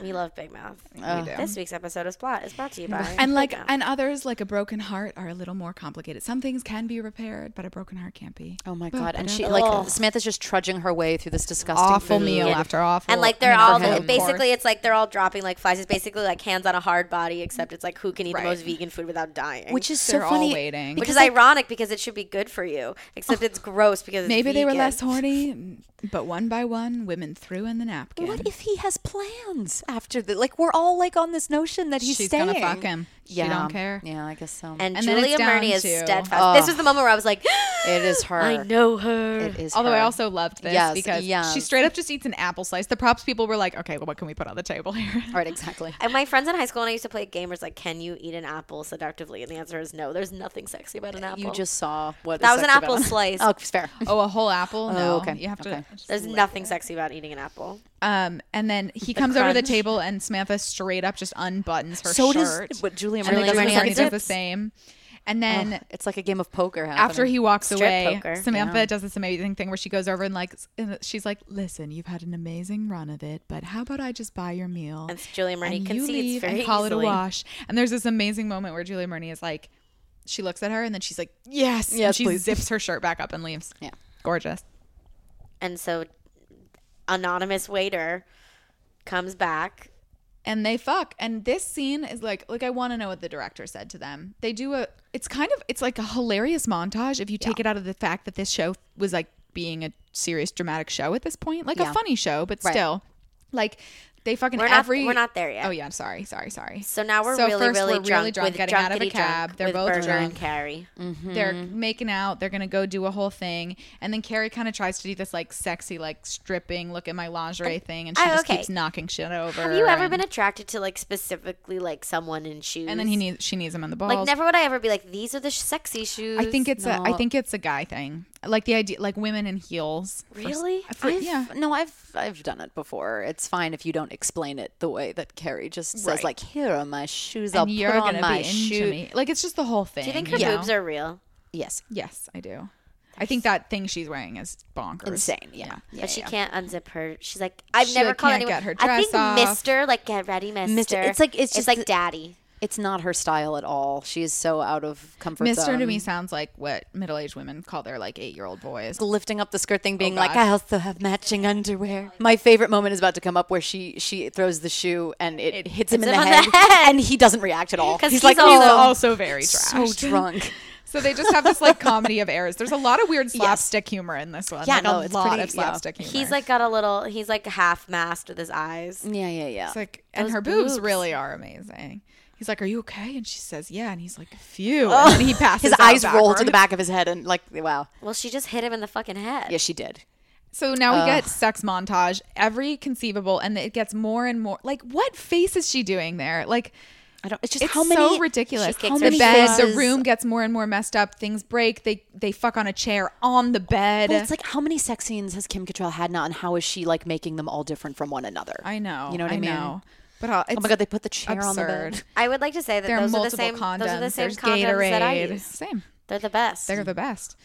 B: we love Big Mouth.
A: we do.
B: This week's episode of Splot is brought to you by
A: and like
B: Big Mouth.
A: and others like a broken heart are a little more complicated some things can be repaired but a broken heart can't be
C: Oh my god! And she
B: Ugh.
C: like Samantha's just trudging her way through this disgusting
A: awful
C: food.
A: meal after awful
B: and like they're all
A: meal, of course.
B: basically it's like they're all dropping like flies. It's basically like hands on a hard body, except it's like who can eat
A: Right.
B: the most vegan food without dying.
C: which is so
A: They're all
C: funny.
A: waiting.
B: which
C: because,
B: is
C: like,
B: ironic because it should be good for you, except it's gross because it's
A: Maybe they were
B: vegan.
A: less horny, but one by one, women threw in the napkin.
C: What if he has plans after the like? We're all like on this notion that he's
A: she's
C: staying.
A: gonna fuck him?
C: Yeah,
A: She don't care.
C: Yeah, I guess so.
B: And,
A: And then it's
B: Julia
A: down
B: Murney is
A: to-
B: steadfast. this was the moment where I was like,
C: it is her.
B: I know her.
C: It is.
A: Although I
C: her.
A: also loved this
C: Yes,
A: because
C: yeah.
A: she straight up just eats an apple slice. The props people were like, "Okay, well, what can we put on the table here?"
C: Right, exactly.
B: And my friends in high school and I used to play a game where it's like, can you eat an apple seductively? And the answer is no. There's nothing sexy about an apple.
C: You just saw what
B: that
C: is
B: was an
C: sexy
B: apple
C: about-
B: slice.
C: Oh, it's fair.
A: Oh, a whole apple? No,
C: okay,
A: you have to.
C: okay.
A: just-
B: There's nothing sexy about eating an apple.
A: Um, and then he comes over to the
B: crunch.
A: table, and Samantha straight up just unbuttons her
C: So
A: shirt.
C: does what Julia
A: and
C: Murney
A: then
C: does.
A: Julia
C: with
A: Murney
B: Murney
C: her
A: does the
C: nips.
A: same. And then
C: It's like a game of poker.
A: Oh. after he walks
B: Strip
A: away,
B: poker.
A: Samantha does this amazing thing where she goes over and like s- and she's like, "Listen, you've had an amazing run of it, but how about I just buy your meal?"
B: And Julia Murney
A: and you
B: concedes
A: leave
B: very
A: and call
B: easily.
A: it a wash. And there's this amazing moment where Julia Murney is like, she looks at her and then she's like, "Yes," and
C: Yes,
A: she
C: please.
A: zips her shirt back up and leaves.
C: Yeah.
A: gorgeous.
B: And so, anonymous waiter comes back.
A: And they fuck. And this scene is like, like I want to know what the director said to them. They do a, it's kind of, it's like a hilarious montage if you take it out of the fact that this show was like being a serious dramatic show at this point, like a funny show, but still, like they fucking
B: We're not-
A: every.
B: we're not there yet.
A: Oh yeah, sorry, sorry, sorry.
B: So now we're really,
A: first
B: really,
A: we're
B: drunk with
A: getting out of a
B: drunkety
A: cab.
B: drunk
A: They're
B: with
A: both
B: Berger Mm-hmm.
A: drunk. Mm.
B: and Carrie.
A: They're making out. They're gonna go do a whole thing, and then Carrie kind of tries to do this like sexy, like stripping, look at my lingerie thing, and she
B: oh,
A: just
B: okay.
A: keeps knocking shit over.
B: Have you ever
A: and,
B: been attracted to like specifically like someone in shoes?
A: And then he needs. She needs him in the balls.
B: like never would I ever be like these are the sh- sexy shoes.
A: I think it's a. I think it's a guy thing. Like the idea, like women in heels. for s-
B: really.
A: for- yeah.
C: No, I've I've done it before. It's fine if you don't explain it the way that Carrie just says,
A: Right.
C: like, "Here are my shoes. I'll
A: And you're
C: put
A: gonna
C: on my
A: be
C: shoe."
A: into me. Like it's just the whole thing.
B: Do you think her boobs are real?
C: Yes,
A: Yes, I do. I think that thing she's wearing is bonkers.
C: insane. Yeah, yeah.
B: but she can't unzip her. She's like, I've
A: She,
B: never
A: like,
B: called
A: can't
B: anyone.
A: get her
B: I think
A: dress off.
B: Mister, like get ready, Mister.
C: It's like- it's just
B: like
C: the-
B: Daddy.
C: It's not her style at all. She is so out of comfort.
A: Mister to
C: zone.
A: me sounds like what middle-aged women call their like eight-year-old boys.
C: lifting up the skirt thing, being like,
A: God.
C: "I also have matching underwear." My favorite moment is about to come up where she she throws the shoe and it, hits him in the,
B: him on
C: head,
B: the head.
C: and he doesn't react at all.
B: 'Cause
C: He's
B: he's
C: like,
B: all-
C: "Oh,
A: also very
C: so
A: trashed.
C: drunk."
A: So they just have this like comedy of errors. There's a lot of weird slapstick humor in this one.
C: Yeah,
A: like,
C: no,
A: a
C: it's
A: lot
C: pretty-
A: of slapstick humor. Mm.
B: He's like got a little. He's like half masked with his eyes.
C: yeah, yeah, yeah.
A: It's like, and her boobs, really are amazing. He's like, "Are you okay?" And she says, "Yeah." And he's like, "Phew." And then he passes.
C: his
A: out
C: eyes roll to
A: backwards.
C: the back of his head, and like, wow.
B: Well, she just hit him in the fucking head.
C: Yeah, she did.
A: So now we get sex montage, every conceivable, and it gets more and more. Like, what face is she doing there? Like,
C: I don't. It's just
A: it's
C: how many
A: so ridiculous.
B: She kicks
A: How
B: her
A: the bed, the
C: faces-
A: room gets more and more messed up. Things break. They they fuck on a chair on the bed.
C: Well, it's like how many sex scenes has Kim Cattrall had now, and how is she like making them all different from one another?
A: I know.
C: You know what I, mean?
A: Know. But I'll, it's
C: Oh my god, they put the chair on the
A: absurd.
C: bed.
B: I would like to say that
A: There are
B: those are the
A: multiple
B: same.
A: condoms.
B: Those are the same
A: There's
B: condoms
A: Gatorade.
B: that I use.
A: Same.
B: They're the best.
A: They're the best.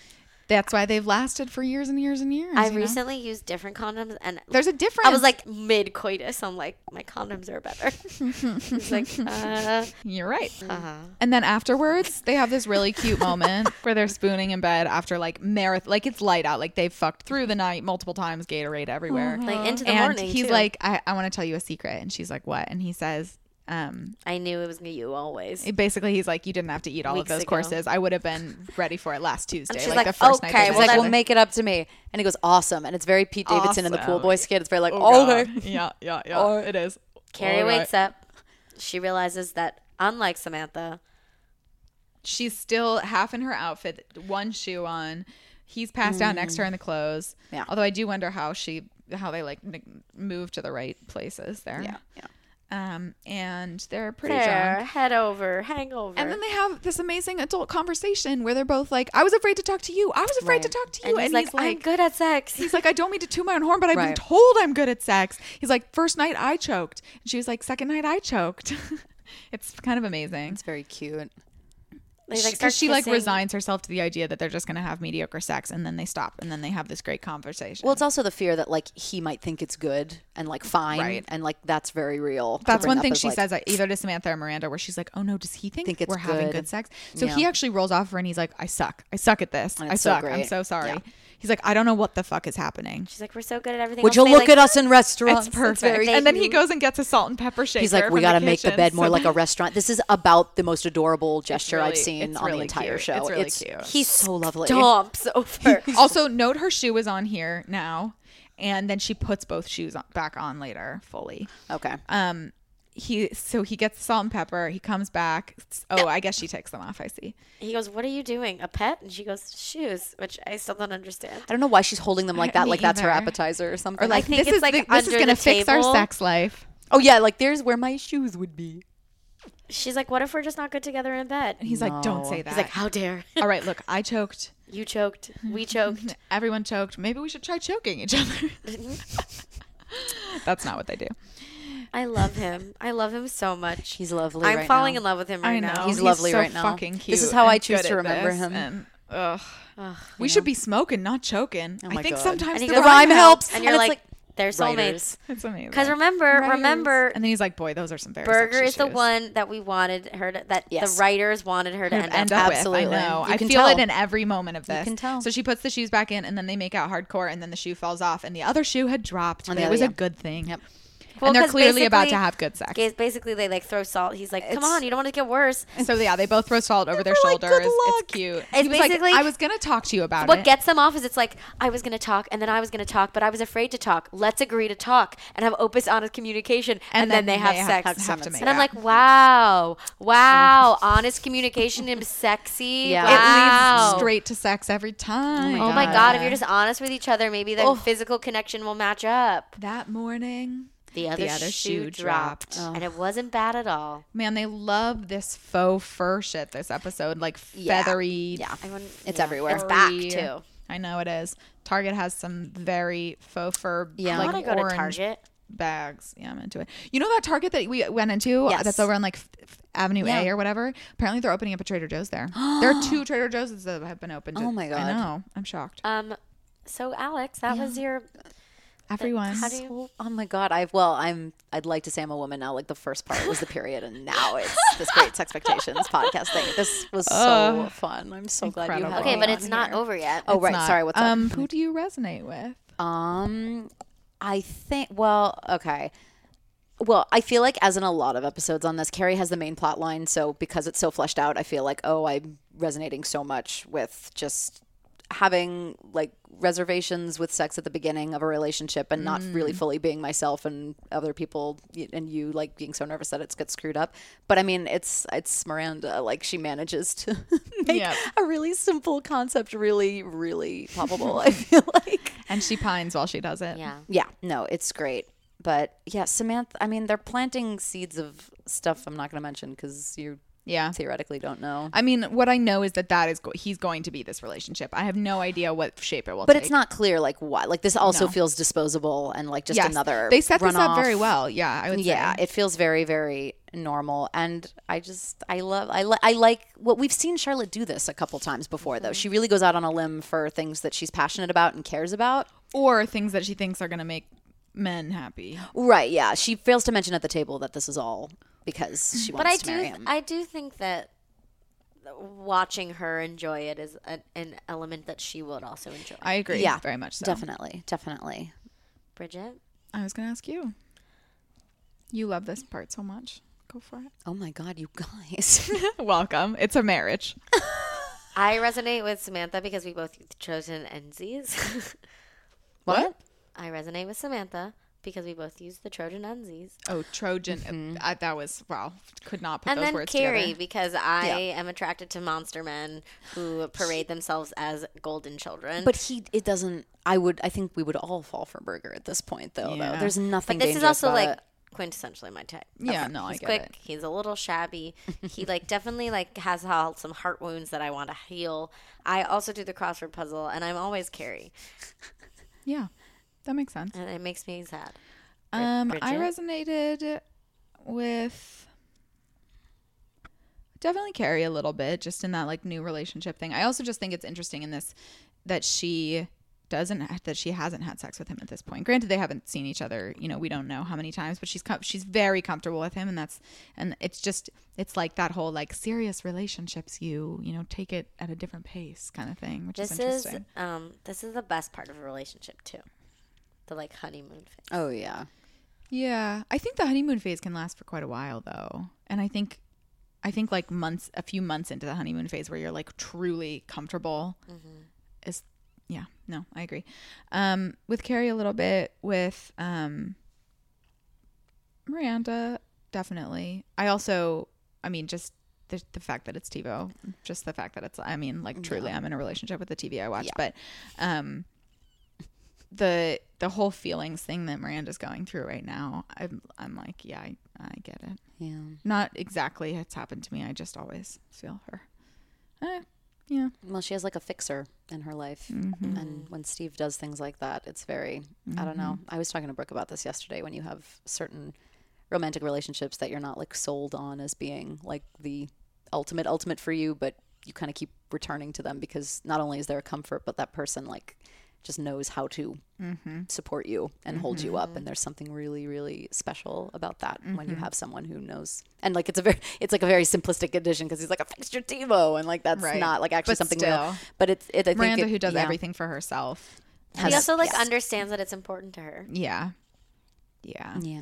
A: That's why they've lasted for years and years and years.
B: I
A: you know?
B: recently used different condoms, and
A: There's a difference.
B: I was like mid coitus. I'm like, my condoms are better. It's like, uh,
A: You're right.
B: Uh-huh.
A: And then afterwards, they have this really cute moment where they're spooning in bed after like marathon, like it's light out, like they've fucked through the night multiple times, Gatorade everywhere.
B: like into the
A: and
B: Mm-hmm. morning.
A: he's
B: too.
A: like, I, I want to tell you a secret. And she's like, What? And he says, um,
B: I knew it was you always.
A: basically, he's like, You didn't have to eat all
B: Weeks
A: of those
B: ago.
A: courses. I would have been ready for it last Tuesday.
B: she's
A: like,
B: like,
A: the first night.
B: "Okay,
A: they
B: well,
C: He's like,
A: did
B: that-
C: "Well,
A: it."
C: make it up to me," and he goes, "Awesome." And it's very Pete Davidson in the Pool
A: Awesome.
C: Boy skit. It's very like,
A: Oh,
C: "Okay."
A: God. Yeah, yeah, yeah. it is.
B: Carrie
A: All right.
B: wakes up. She realizes that unlike Samantha,
A: She's still half in her outfit, one shoe on. He's passed out next to her
B: Mm.
A: in the clothes.
C: Yeah.
A: Although I do wonder how she, how they like n- move to the right places there.
C: Yeah, yeah.
A: um, and they're pretty
B: There,
A: drunk.
B: head over, hangover.
A: And then they have this amazing adult conversation where they're both like, "I was afraid to talk to you. I was afraid to talk to you."
B: and he's, like, I'm good at sex.
A: He's like, I don't mean to toot my own horn, but I've been
C: Right.
A: told I'm good at sex. He's like, first night I choked. And she was like, second night I choked. it's kind of amazing.
C: It's very cute.
B: They,
A: Because
B: start
A: she like
B: kissing.
A: resigns herself to the idea that they're just going to have mediocre sex and then they stop and then they have this great conversation.
C: Well, it's also the fear that like he might think it's good and like fine
A: Right.
C: and like that's very real. to
A: That's
C: bring
A: one
C: up
A: thing
C: as,
A: she
C: like,
A: says uh, either to Samantha or Miranda, where she's like, "Oh no, does he think,
C: Think it's
A: we're having
C: good.
A: good sex?" So
C: Yeah.
A: he actually rolls off her and he's like, "I suck. I suck at this. I
C: it's so
A: suck. I'm
C: great.
A: so sorry."
C: Yeah.
A: He's like, "I don't know what the fuck is happening."
B: She's like, we're so good at everything.
C: Would you
B: else." They,
C: look
B: like,
C: at us in restaurants?
A: It's perfect.
C: very
A: and then he
B: cute.
A: goes and gets a salt and pepper shaker.
C: He's like, we
A: got to
C: make the bed more like a restaurant. This is about the most adorable gesture I've
A: really-
C: seen
A: it's
C: on
A: really
C: the entire
A: cute.
C: show.
A: It's really cute.
C: He's so lovely.
B: Stomps over.
A: also note her shoe is on here now and then she puts both shoes on, back on later fully
C: Okay.
A: um he so he gets salt and pepper he comes back oh i guess she takes them off i see
B: he goes, "What are you doing? A pet?" And she goes, "Shoes," which I still don't understand.
C: I don't know why she's holding them like that.
A: me
C: Like that's her
A: either.
C: appetizer Uh, or something.
A: or like
B: think
A: this
B: it's,
A: is
B: like,
A: the- this is
B: under
A: gonna
B: the
A: fix our
B: table.
A: sex life
C: oh yeah, like there's where my shoes would be.
B: She's like, "What if we're just not good together in bed?"
A: he's like don't say that
B: He's like, "How dare?
A: all right look i choked
B: you choked. We choked."
A: everyone choked maybe we should try choking each other that's not what they do
B: I love him. I love him so much.
C: He's lovely.
B: I'm
C: right
B: falling
C: now.
B: in love with him right now.
C: He's lovely
A: so
C: right now.
A: Fucking
C: This
A: cute.
C: is how I
A: and
C: choose
A: good
C: to
A: at
C: remember
A: this
C: him.
A: and- ugh. we should be smoking, not choking. I
C: my
A: think
C: God.
A: sometimes
B: And
A: the
B: he
C: The
B: goes,
C: rhyme
A: rhyme helps.
C: helps.
B: And you're
C: And it's
B: like, "They're soulmates."
C: writers.
A: It's amazing.
B: Because remember, remember,
A: And then he's like, "Boy, those are some very
B: Burger
A: sexy
B: is the
A: shoes."
B: one that we wanted her to, that
C: Yes.
B: the writers wanted her to
A: Kind
B: end,
A: of End
B: up.
A: up
C: Absolutely.
A: with. I know.
C: You
A: I
C: can
A: feel it
C: tell.
A: in every moment of this.
C: can tell.
A: So she puts the shoes back in, and then they make out hardcore, and then the shoe falls off, and the other shoe had dropped,
C: And
A: but
C: the
A: it
C: other-
A: was
C: yeah.
A: a good thing. Yep.
B: Well,
A: and they're
B: 'cause
A: clearly about to
B: basically-
A: have good sex.
B: Because basically they like throw salt. He's like, "Come on, you don't want it to get worse."
A: So yeah, they both throw salt over their
C: They're like,
A: shoulders.
C: "Good luck."
A: it's cute.
B: It's
A: he was like,
B: basically-
A: I was gonna talk to you about
B: What
A: it.
B: gets them off is it's like, I was going to talk and then I was going to talk, but I was afraid to talk. Let's agree to talk and have open, honest communication. And, then, they have sex.
A: Have, have to make
B: and I'm
A: out.
B: like, wow, wow, honest communication is sexy.
C: Yeah. It leads
B: Wow.
A: it leads straight to sex every time.
B: Oh my God, if you're just honest with each other, maybe the physical connection will match up.
A: That morning,
B: The other,
A: other shoe
B: shoe, dropped, and it wasn't bad at all.
A: man, they love this faux fur shit this episode. Like
C: Yeah.
A: feathery.
C: Yeah.
B: I wouldn't-
C: It's
B: yeah.
C: everywhere.
B: It's back
A: furry-
B: too.
A: I know it is. Target has some very faux fur
C: Yeah.
A: like
B: I want to go to
A: orange
B: Target.
A: bags. Yeah, I'm into it. You know that Target that we went into
C: Yes.
A: that's over on like F- F- Avenue A or whatever? Apparently they're opening up a Trader Joe's there. there are two Trader Joe's that have been opened.
C: Oh my
A: I
C: God.
A: know. I'm shocked.
B: Um, so Alex, that was your.
A: Everyone.
B: How do you?
C: Oh my god! I well, I'm. I'd like to say I'm a woman now. Like the first part was the period, and now it's this great expectations podcast thing. This was so fun. I'm so glad you had.
A: incredible.
B: Okay,
C: me
B: but
C: on
B: it's not
C: here.
B: over yet.
C: Oh right, sorry. What's up?
A: um, Who do you resonate with?
C: Um, I think. Well, okay. Well, I feel like as in a lot of episodes on this, Carrie has the main plot line. So because it's so fleshed out, I feel like oh, I'm resonating so much with just having like reservations with sex at the beginning of a relationship and not really fully being myself and other people y- and you like being so nervous that it's gets screwed up but i mean it's it's miranda like she manages to make
A: Yep.
C: a really simple concept really really palpable i feel like
A: And she pines while she does it.
B: Yeah.
C: yeah, no, it's great. But yeah, Samantha, I mean, they're planting seeds of stuff I'm not going to mention because you
A: Yeah.
C: theoretically don't know.
A: I mean, what I know is that that is go- he's going to be this relationship. I have no idea what shape it will
C: But
A: take.
C: it's not clear, like, what. Like, this also feels disposable and, like, just
A: Yes.
C: another.
A: They set this up
C: runoff.
A: very well. Yeah, I would
C: Yeah,
A: say.
C: it feels very, very normal, and I just I love I li- I like what we've seen Charlotte do this a couple times before
A: Mm-hmm.
C: though. She really goes out on a limb for things that she's passionate about and cares about.
A: Or things that she thinks are going to make men happy.
C: Right? Yeah, she fails to mention at the table that this is all because she wants
B: But I
C: to marry
B: do.
C: him.
B: I do think that watching her enjoy it is a, an element that she would also enjoy.
A: I agree.
C: Yeah,
A: very much so.
C: Definitely, definitely.
B: Bridget.
A: I was going to ask you. You love this part so much. Go for it.
C: Oh my God, you guys.
A: Welcome. It's a marriage.
B: I resonate with Samantha because we both chose an NZs.
C: What?
B: I resonate with Samantha because we both use the Trojan NZs.
A: Oh, Trojan. I, that was wow. Could not put
B: And
A: those
B: then
A: words
B: Carrie,
A: together.
B: because I am attracted to monster men who parade themselves as golden children.
C: But he, it doesn't. I would. I think we would all fall for Burger at this point, though. Though there's nothing.
B: But this is
C: dangerous
B: also
C: about
B: like
C: it.
B: quintessentially my type.
A: Yeah, no, I
B: he's
A: get
B: quick.
A: it.
B: He's a little shabby. He like definitely like has all some heart wounds that I want to heal. I also do the crossword puzzle, and I'm always Carrie,
A: Yeah, that makes sense.
B: and it makes me sad.
A: Um, I
B: Bridget?
A: resonated with definitely Carrie a little bit, just in that like new relationship thing. I also just think it's interesting in this that she doesn't that she hasn't had sex with him at this point. Granted, they haven't seen each other. You know, we don't know how many times, but she's com- she's very comfortable with him, and that's and it's just it's like that whole like serious relationships. You you know take it at a different pace kind of thing, which
B: This
A: is
B: is,
A: interesting.
B: um this is the best part of a relationship too, the like honeymoon phase.
C: Oh yeah.
A: Yeah, I think the honeymoon phase can last for quite a while though. And I think I think like months a few months into the honeymoon phase where you're like truly comfortable is yeah, no, I agree. Um with Carrie a little bit with um Miranda definitely. I also I mean just the, the fact that it's TiVo, just the fact that it's I mean like truly I'm in a relationship with the TV I watch, but um the the whole feelings thing that Miranda's going through right now, I'm I'm like, yeah, I, I get it.
C: Yeah.
A: Not exactly it's happened to me. I just always feel her. Eh, yeah.
C: Well, she has like a fixer in her life. And when Steve does things like that, it's very, I don't know. I was talking to Brooke about this yesterday when you have certain romantic relationships that you're not like sold on as being like the ultimate, ultimate for you, but you kind of keep returning to them because not only is there a comfort, but that person like just knows how to support you and hold you up. And there's something really, really special about that when you have someone who knows. And like it's a very, it's like a very simplistic addition because he's like a fixture TiVo, and like that's
A: Right.
C: not like actually
A: But
C: something
A: still.
C: real. But it's it. I think
A: Miranda
C: it-
A: who does
C: yeah.
A: everything for herself.
B: She also like
C: yes.
B: understands that it's important to her.
A: Yeah. Yeah.
C: Yeah,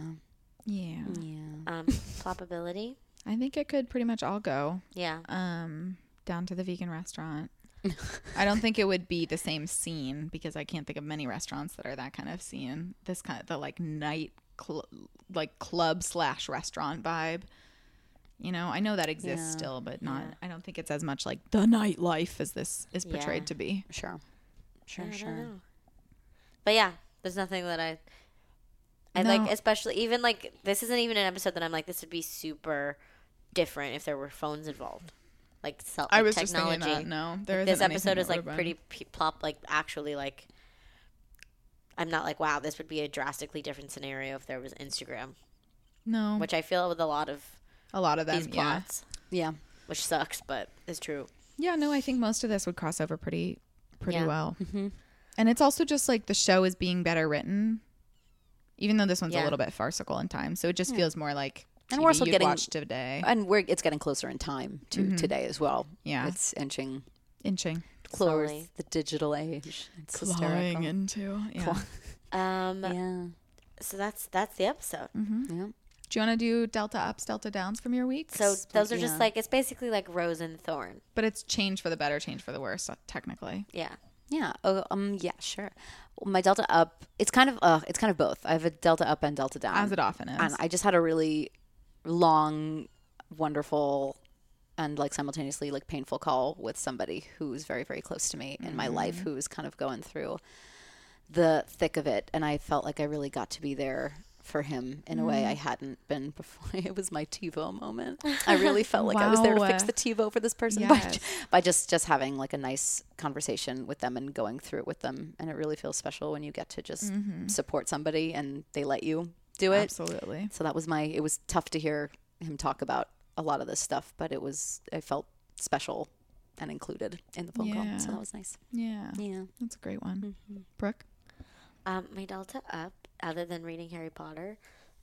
A: Yeah.
C: yeah.
B: Um, plopability.
A: I think it could pretty much all go
B: Yeah.
A: um down to the vegan restaurant. I don't think it would be the same scene because I can't think of many restaurants that are that kind of scene. This kind of the like night cl- like club slash restaurant vibe. You know, I know that exists still, but not. I don't think it's as much like the nightlife as this is portrayed
B: Yeah.
A: to be.
C: Sure, sure,
B: I don't
C: sure.
B: know. But yeah, there's nothing that I. I
A: No.
B: like, especially even like this isn't even an episode that I'm like this would be super different if there were phones involved, like cell
A: I
B: like,
A: was
B: technology.
A: just thinking that. No, there
B: this
A: isn't anything
B: episode
A: that
B: is like
A: would've been-
B: pretty p- plop, like actually like. I'm not like wow, this would be a drastically different scenario if there was Instagram,
A: No,
B: which I feel with a lot of
A: a lot of Mm. them.
B: these
A: yeah.
B: plots,
C: Yeah,
B: which sucks, but it's true.
A: Yeah, no, I think most of this would cross over pretty pretty
B: Yeah.
A: well.
C: Mm-hmm.
A: And it's also just like the show is being better written, even though this one's
B: Yeah.
A: a little bit farcical in time. So it just feels more like
C: And
A: TV
C: we're also
A: you'd
C: getting-
A: watch today,
C: and we're it's getting closer in time to today as well.
A: Yeah.
C: it's inching
A: inching,
C: towards
B: Slowly.
C: the digital age. It's
A: clawing
C: hysterical.
A: into. Yeah.
B: Um,
C: Yeah,
B: so that's that's the episode.
A: Mm-hmm.
C: yeah.
A: Do you want to do delta ups, delta downs from your week?
B: So those are
C: yeah.
B: just like it's basically like rose and thorn.
A: but it's change for the better, change for the worse, uh, technically.
B: Yeah.
C: Yeah. Oh, um. Yeah. Sure. My delta up. It's kind of. Uh. It's kind of both. I have a delta up and delta down.
A: As it often is.
C: And I just had a really long, wonderful, and like simultaneously like painful call with somebody who's very very close to me in my
A: Mm-hmm.
C: life, who's kind of going through the thick of it, and I felt like I really got to be there for him in a way
A: Mm-hmm.
C: I hadn't been before. It was my TiVo moment. I really felt like I was there to fix
A: Wow.
C: the TiVo for this person by,
A: Yes.
C: by just just having like a nice conversation with them and going through it with them, and it really feels special when you get to just
A: Mm-hmm.
C: support somebody and they let you do it.
A: Absolutely.
C: So that was my. It was tough to hear him talk about a lot of this stuff, but it was. I felt special and included in the phone call, so
A: Yeah.
C: that was nice.
A: Yeah.
C: Yeah. Mm-hmm.
A: That's a great one. Brooke?
B: Um, my delta up, other than reading Harry Potter,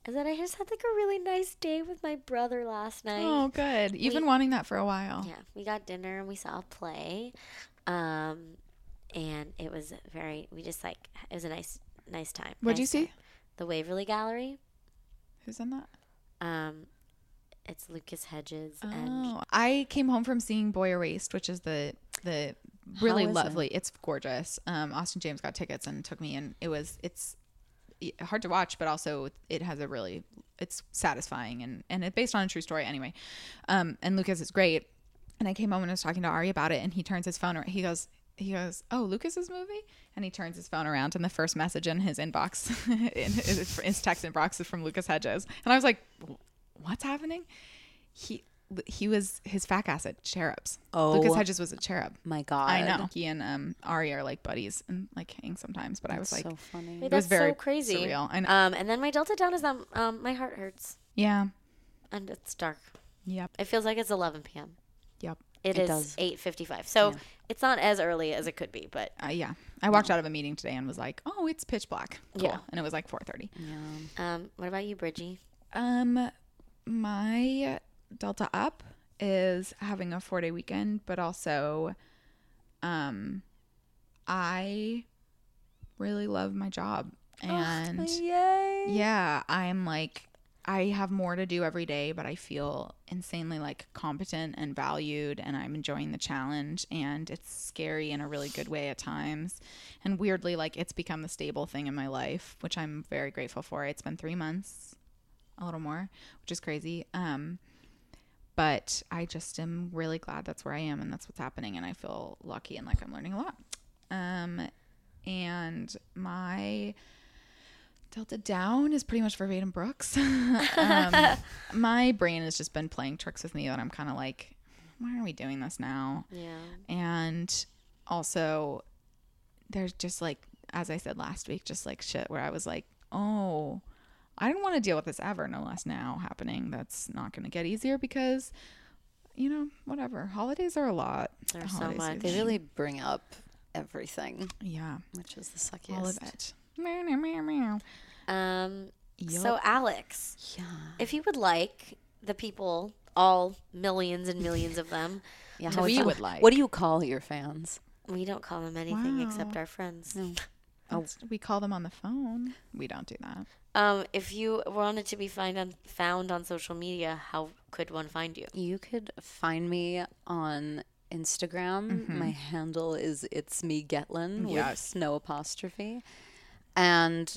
B: is that I just had like a really nice day with my brother last night.
A: Oh, good. You've been wanting that for a while.
B: Yeah, we got dinner and we saw a play, um, and it was very. We just like it was a nice, nice time.
A: What'd you
B: nice
A: see?
B: time. The Waverly Gallery.
A: Who's in that?
B: Um, it's Lucas Hedges and
A: Oh, I came home from seeing Boy Erased, which is the the really
C: How is
A: lovely. It's gorgeous. Um, Austin James got tickets and took me, and it was it's y- hard to watch, but also it has a really it's satisfying and and it's based on a true story anyway. Um, and Lucas is great. And I came home and I was talking to Ari about it, and he turns his phone. ar- He goes, he goes, "Oh, Lucas's movie," and he turns his phone around, and the first message in his inbox, in his, his text inbox, is from Lucas Hedges, and I was like, "What's happening?" He he was his fat acid cherubs.
C: Oh.
A: Lucas Hedges was a cherub.
C: My God.
A: I know. He and um Ari are like buddies and like hang sometimes, but I was like,
C: so funny.
A: It
B: Wait,
A: was
B: that's
A: very
B: so crazy.
A: surreal. I know.
B: Um, and then my Delta Down is that um, my heart hurts
A: yeah,
B: and it's dark.
A: yep,
B: It feels like it's 11 p.m.
A: yep.
B: it
C: It
B: is
C: does.
B: 8:55. So it's not as early as it could be, but
A: Uh, yeah, I walked out of a meeting today and was like, "Oh, it's pitch black." Cool.
B: Yeah.
A: and it was like four thirty.
B: um, what about you, Bridgie?
A: Um, my Delta up is having a four day weekend, but also, um, I really love my job, and
C: Yay.
A: yeah, I'm like, I have more to do every day, but I feel insanely like competent and valued, and I'm enjoying the challenge. And it's scary in a really good way at times. And weirdly, like, it's become the stable thing in my life, which I'm very grateful for. It's been three months, a little more, which is crazy. Um, but I just am really glad that's where I am and that's what's happening. And I feel lucky and like I'm learning a lot. Um, and my Delta Down is pretty much verbatim Brooks. um, my brain has just been playing tricks with me that I'm kind of like, why are we doing this now?
B: Yeah.
A: And also, there's just like, as I said last week, just like shit where I was like, oh, I didn't want to deal with this ever, no less now happening. That's not going to get easier because, you know, whatever. Holidays are a lot.
B: They're
A: The
B: so
A: holiday
B: much.
A: season.
C: They really bring up everything,
A: Yeah,
C: which is the suckiest.
A: all of it. Meow, meow, meow, meow.
B: Um, so
A: Yup.
B: Alex,
C: Yeah.
B: if you would like the people, all millions and millions of them,
C: Yeah.
B: To
C: how
B: we
C: would you-
B: would
A: like.
C: What do you call your fans?
B: we don't call them anything except
A: Wow.
B: our friends.
C: Oh.
A: That's- We call them on the phone. We don't do that.
B: Um, if you wanted to be find on, found on social media, how could one find you?
C: You could find me on Instagram. My handle is it's me Getlin
A: Mm-hmm. Yes.
C: with no apostrophe. And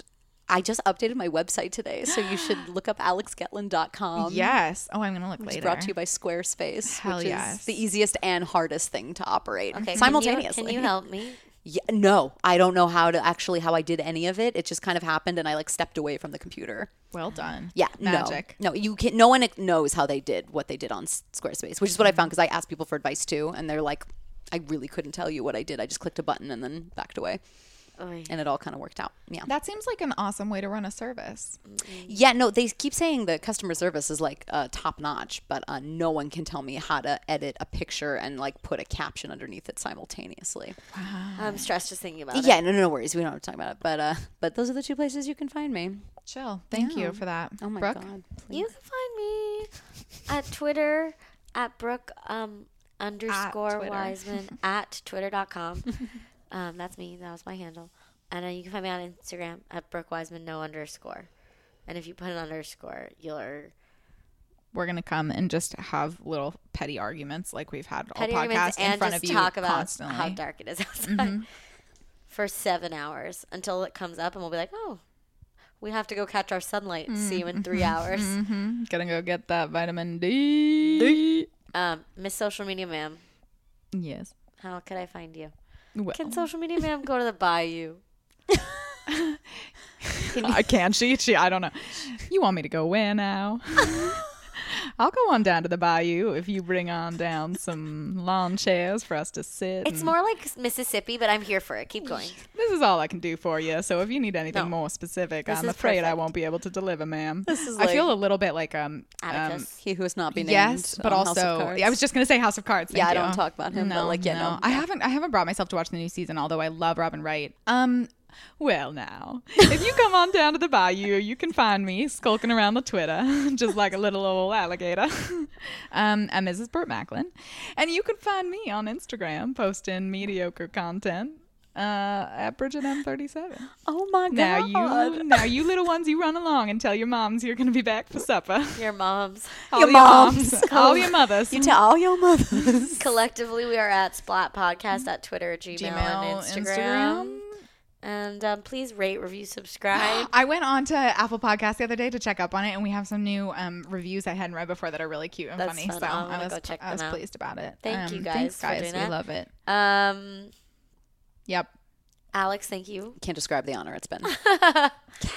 C: I just updated my website today, so you should look up alexgetlin.com.
A: yes. Oh, I'm gonna look
C: It's
A: later.
C: brought to you by Squarespace,
A: Hell
C: which
A: yes.
C: is the easiest and hardest thing to operate
B: Okay, can you-
C: simultaneously.
B: Can you, help me?
C: Yeah, no, I don't know how to actually how I did any of it. It just kind of happened, and I like stepped away from the computer.
A: well done.
C: Yeah,
A: magic.
C: No, no, you can. No one knows how they did what they did on S- Squarespace, which is what I
B: Mm.
C: found because I asked people for advice too, and they're like, "I really couldn't tell you what I did. I just clicked a button and then backed away,
B: Oy.
C: and it all kind of worked out." Yeah,
A: That seems like an awesome way to run a service.
C: yeah. No, they keep saying the customer service is like uh, top notch, but uh, no one can tell me how to edit a picture and like put a caption underneath it simultaneously.
B: I'm stressed just thinking about it.
C: Yeah, no, no, no worries. We don't have to talk about it, but uh, but those are the two places you can find me.
A: Chill. Thank you for that.
C: Oh my
A: Brooke?
C: god. Please.
B: You can find me at Twitter at Brooke um, underscore
A: Twitter.
B: Wiseman at twitter.com. um, that's me. That was my handle. And uh, you can find me on Instagram at Brooke Wiseman no underscore. And if you put an underscore, you'll are
A: We're gonna come and just have little petty arguments like we've had all
B: petty
A: podcast
B: arguments
A: in
B: and
A: front of
B: just
A: you
B: talk about
A: constantly. Mm-hmm.
B: how dark it is outside for seven hours until it comes up, and we'll be like, oh, we have to go catch our sunlight. See you in three
A: Mm-hmm.
B: hours.
A: Gonna go get that vitamin D.
B: Um, Miss Social Media Ma'am,
A: Yes.
B: how could I find you?
A: Well,
B: Can Social Media Ma'am go to the bayou?
A: I Uh, can she? She I don't know. You want me to go where now? I'll go on down to the bayou if you bring on down some lawn chairs for us to sit.
B: It's
A: and-
B: more like Mississippi, but I'm here for it. Keep going.
A: This is all I can do for you. So if you need anything
B: No.
A: more specific,
B: This
A: I'm
B: is
A: afraid I
B: perfect.
A: won't be able to deliver, ma'am. This
C: is
A: I feel
C: like-
A: a little bit like um, um
B: Atticus.
C: He who has not been named.
A: yes, but
B: um,
C: on House of
A: also
C: Cards.
A: I was just gonna say House of Cards.
C: Yeah,
A: thank
C: I don't
A: you.
C: talk about him, but, like, yeah, no,
A: I
C: yeah.
A: haven't I haven't brought myself to watch the new season, although I love Robin Wright. Um, well now, if you come on down to the bayou, you can find me skulking around the Twitter, just like a little old alligator. um, I'm Mrs. Burt Macklin, and you can find me on Instagram posting mediocre content. Uh, at Bridget M37.
C: Oh my god.
A: Now you, now you little ones, you run along and tell your moms you're going to be back for supper.
B: Your moms.
A: All
C: Your moms.
A: all your mothers.
C: You tell all your mothers.
B: Collectively, we are at Splat Podcast at Twitter, Gmail, and Instagram. And um, please rate, review, subscribe.
A: I went on to Apple Podcast the other day to check up on it, and we have some new um, reviews I hadn't read before that are really cute and
B: That's
A: funny.
B: fun.
A: So
B: I'm
A: I
B: gonna
A: was,
B: go check
A: I was
B: them out.
A: pleased about it. Um,
B: Thank you
A: Thanks,
B: guys for
A: guys.
B: doing
A: we
B: that.
A: love it.
B: Um,
A: Yep.
B: Alex, thank you.
C: Can't describe the honor it's been.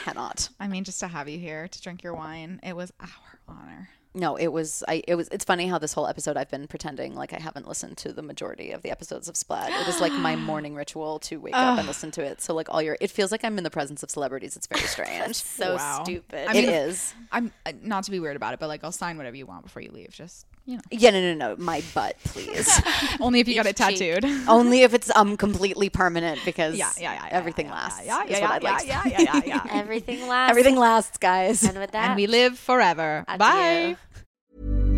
C: Cannot.
A: I mean, just to have you here to drink your wine, it was our honor.
C: No, it was. I. It was. It's funny how this whole episode I've been pretending like I haven't listened to the majority of the episodes of Splat. It was like my morning ritual to wake up and listen to it. So like all your, it feels like I'm in the presence of celebrities. It's very strange.
B: So stupid.
A: I
C: It
A: mean-
C: is.
A: I'm uh, not to be weird about it, but like I'll sign whatever you want before you leave. Just you know,
C: Yeah. No. No. No. My butt, please.
A: only if you got it tattooed.
C: Only if it's um completely permanent because
A: Yeah, yeah, yeah, yeah,
C: everything
A: yeah,
C: lasts.
A: yeah,
C: is
A: yeah,
C: what
A: yeah,
C: I'd like to-
A: yeah, yeah, yeah, yeah, yeah.
B: Everything lasts.
C: Everything lasts, guys.
B: And with that,
A: and we live forever. Bye.
B: Adieu.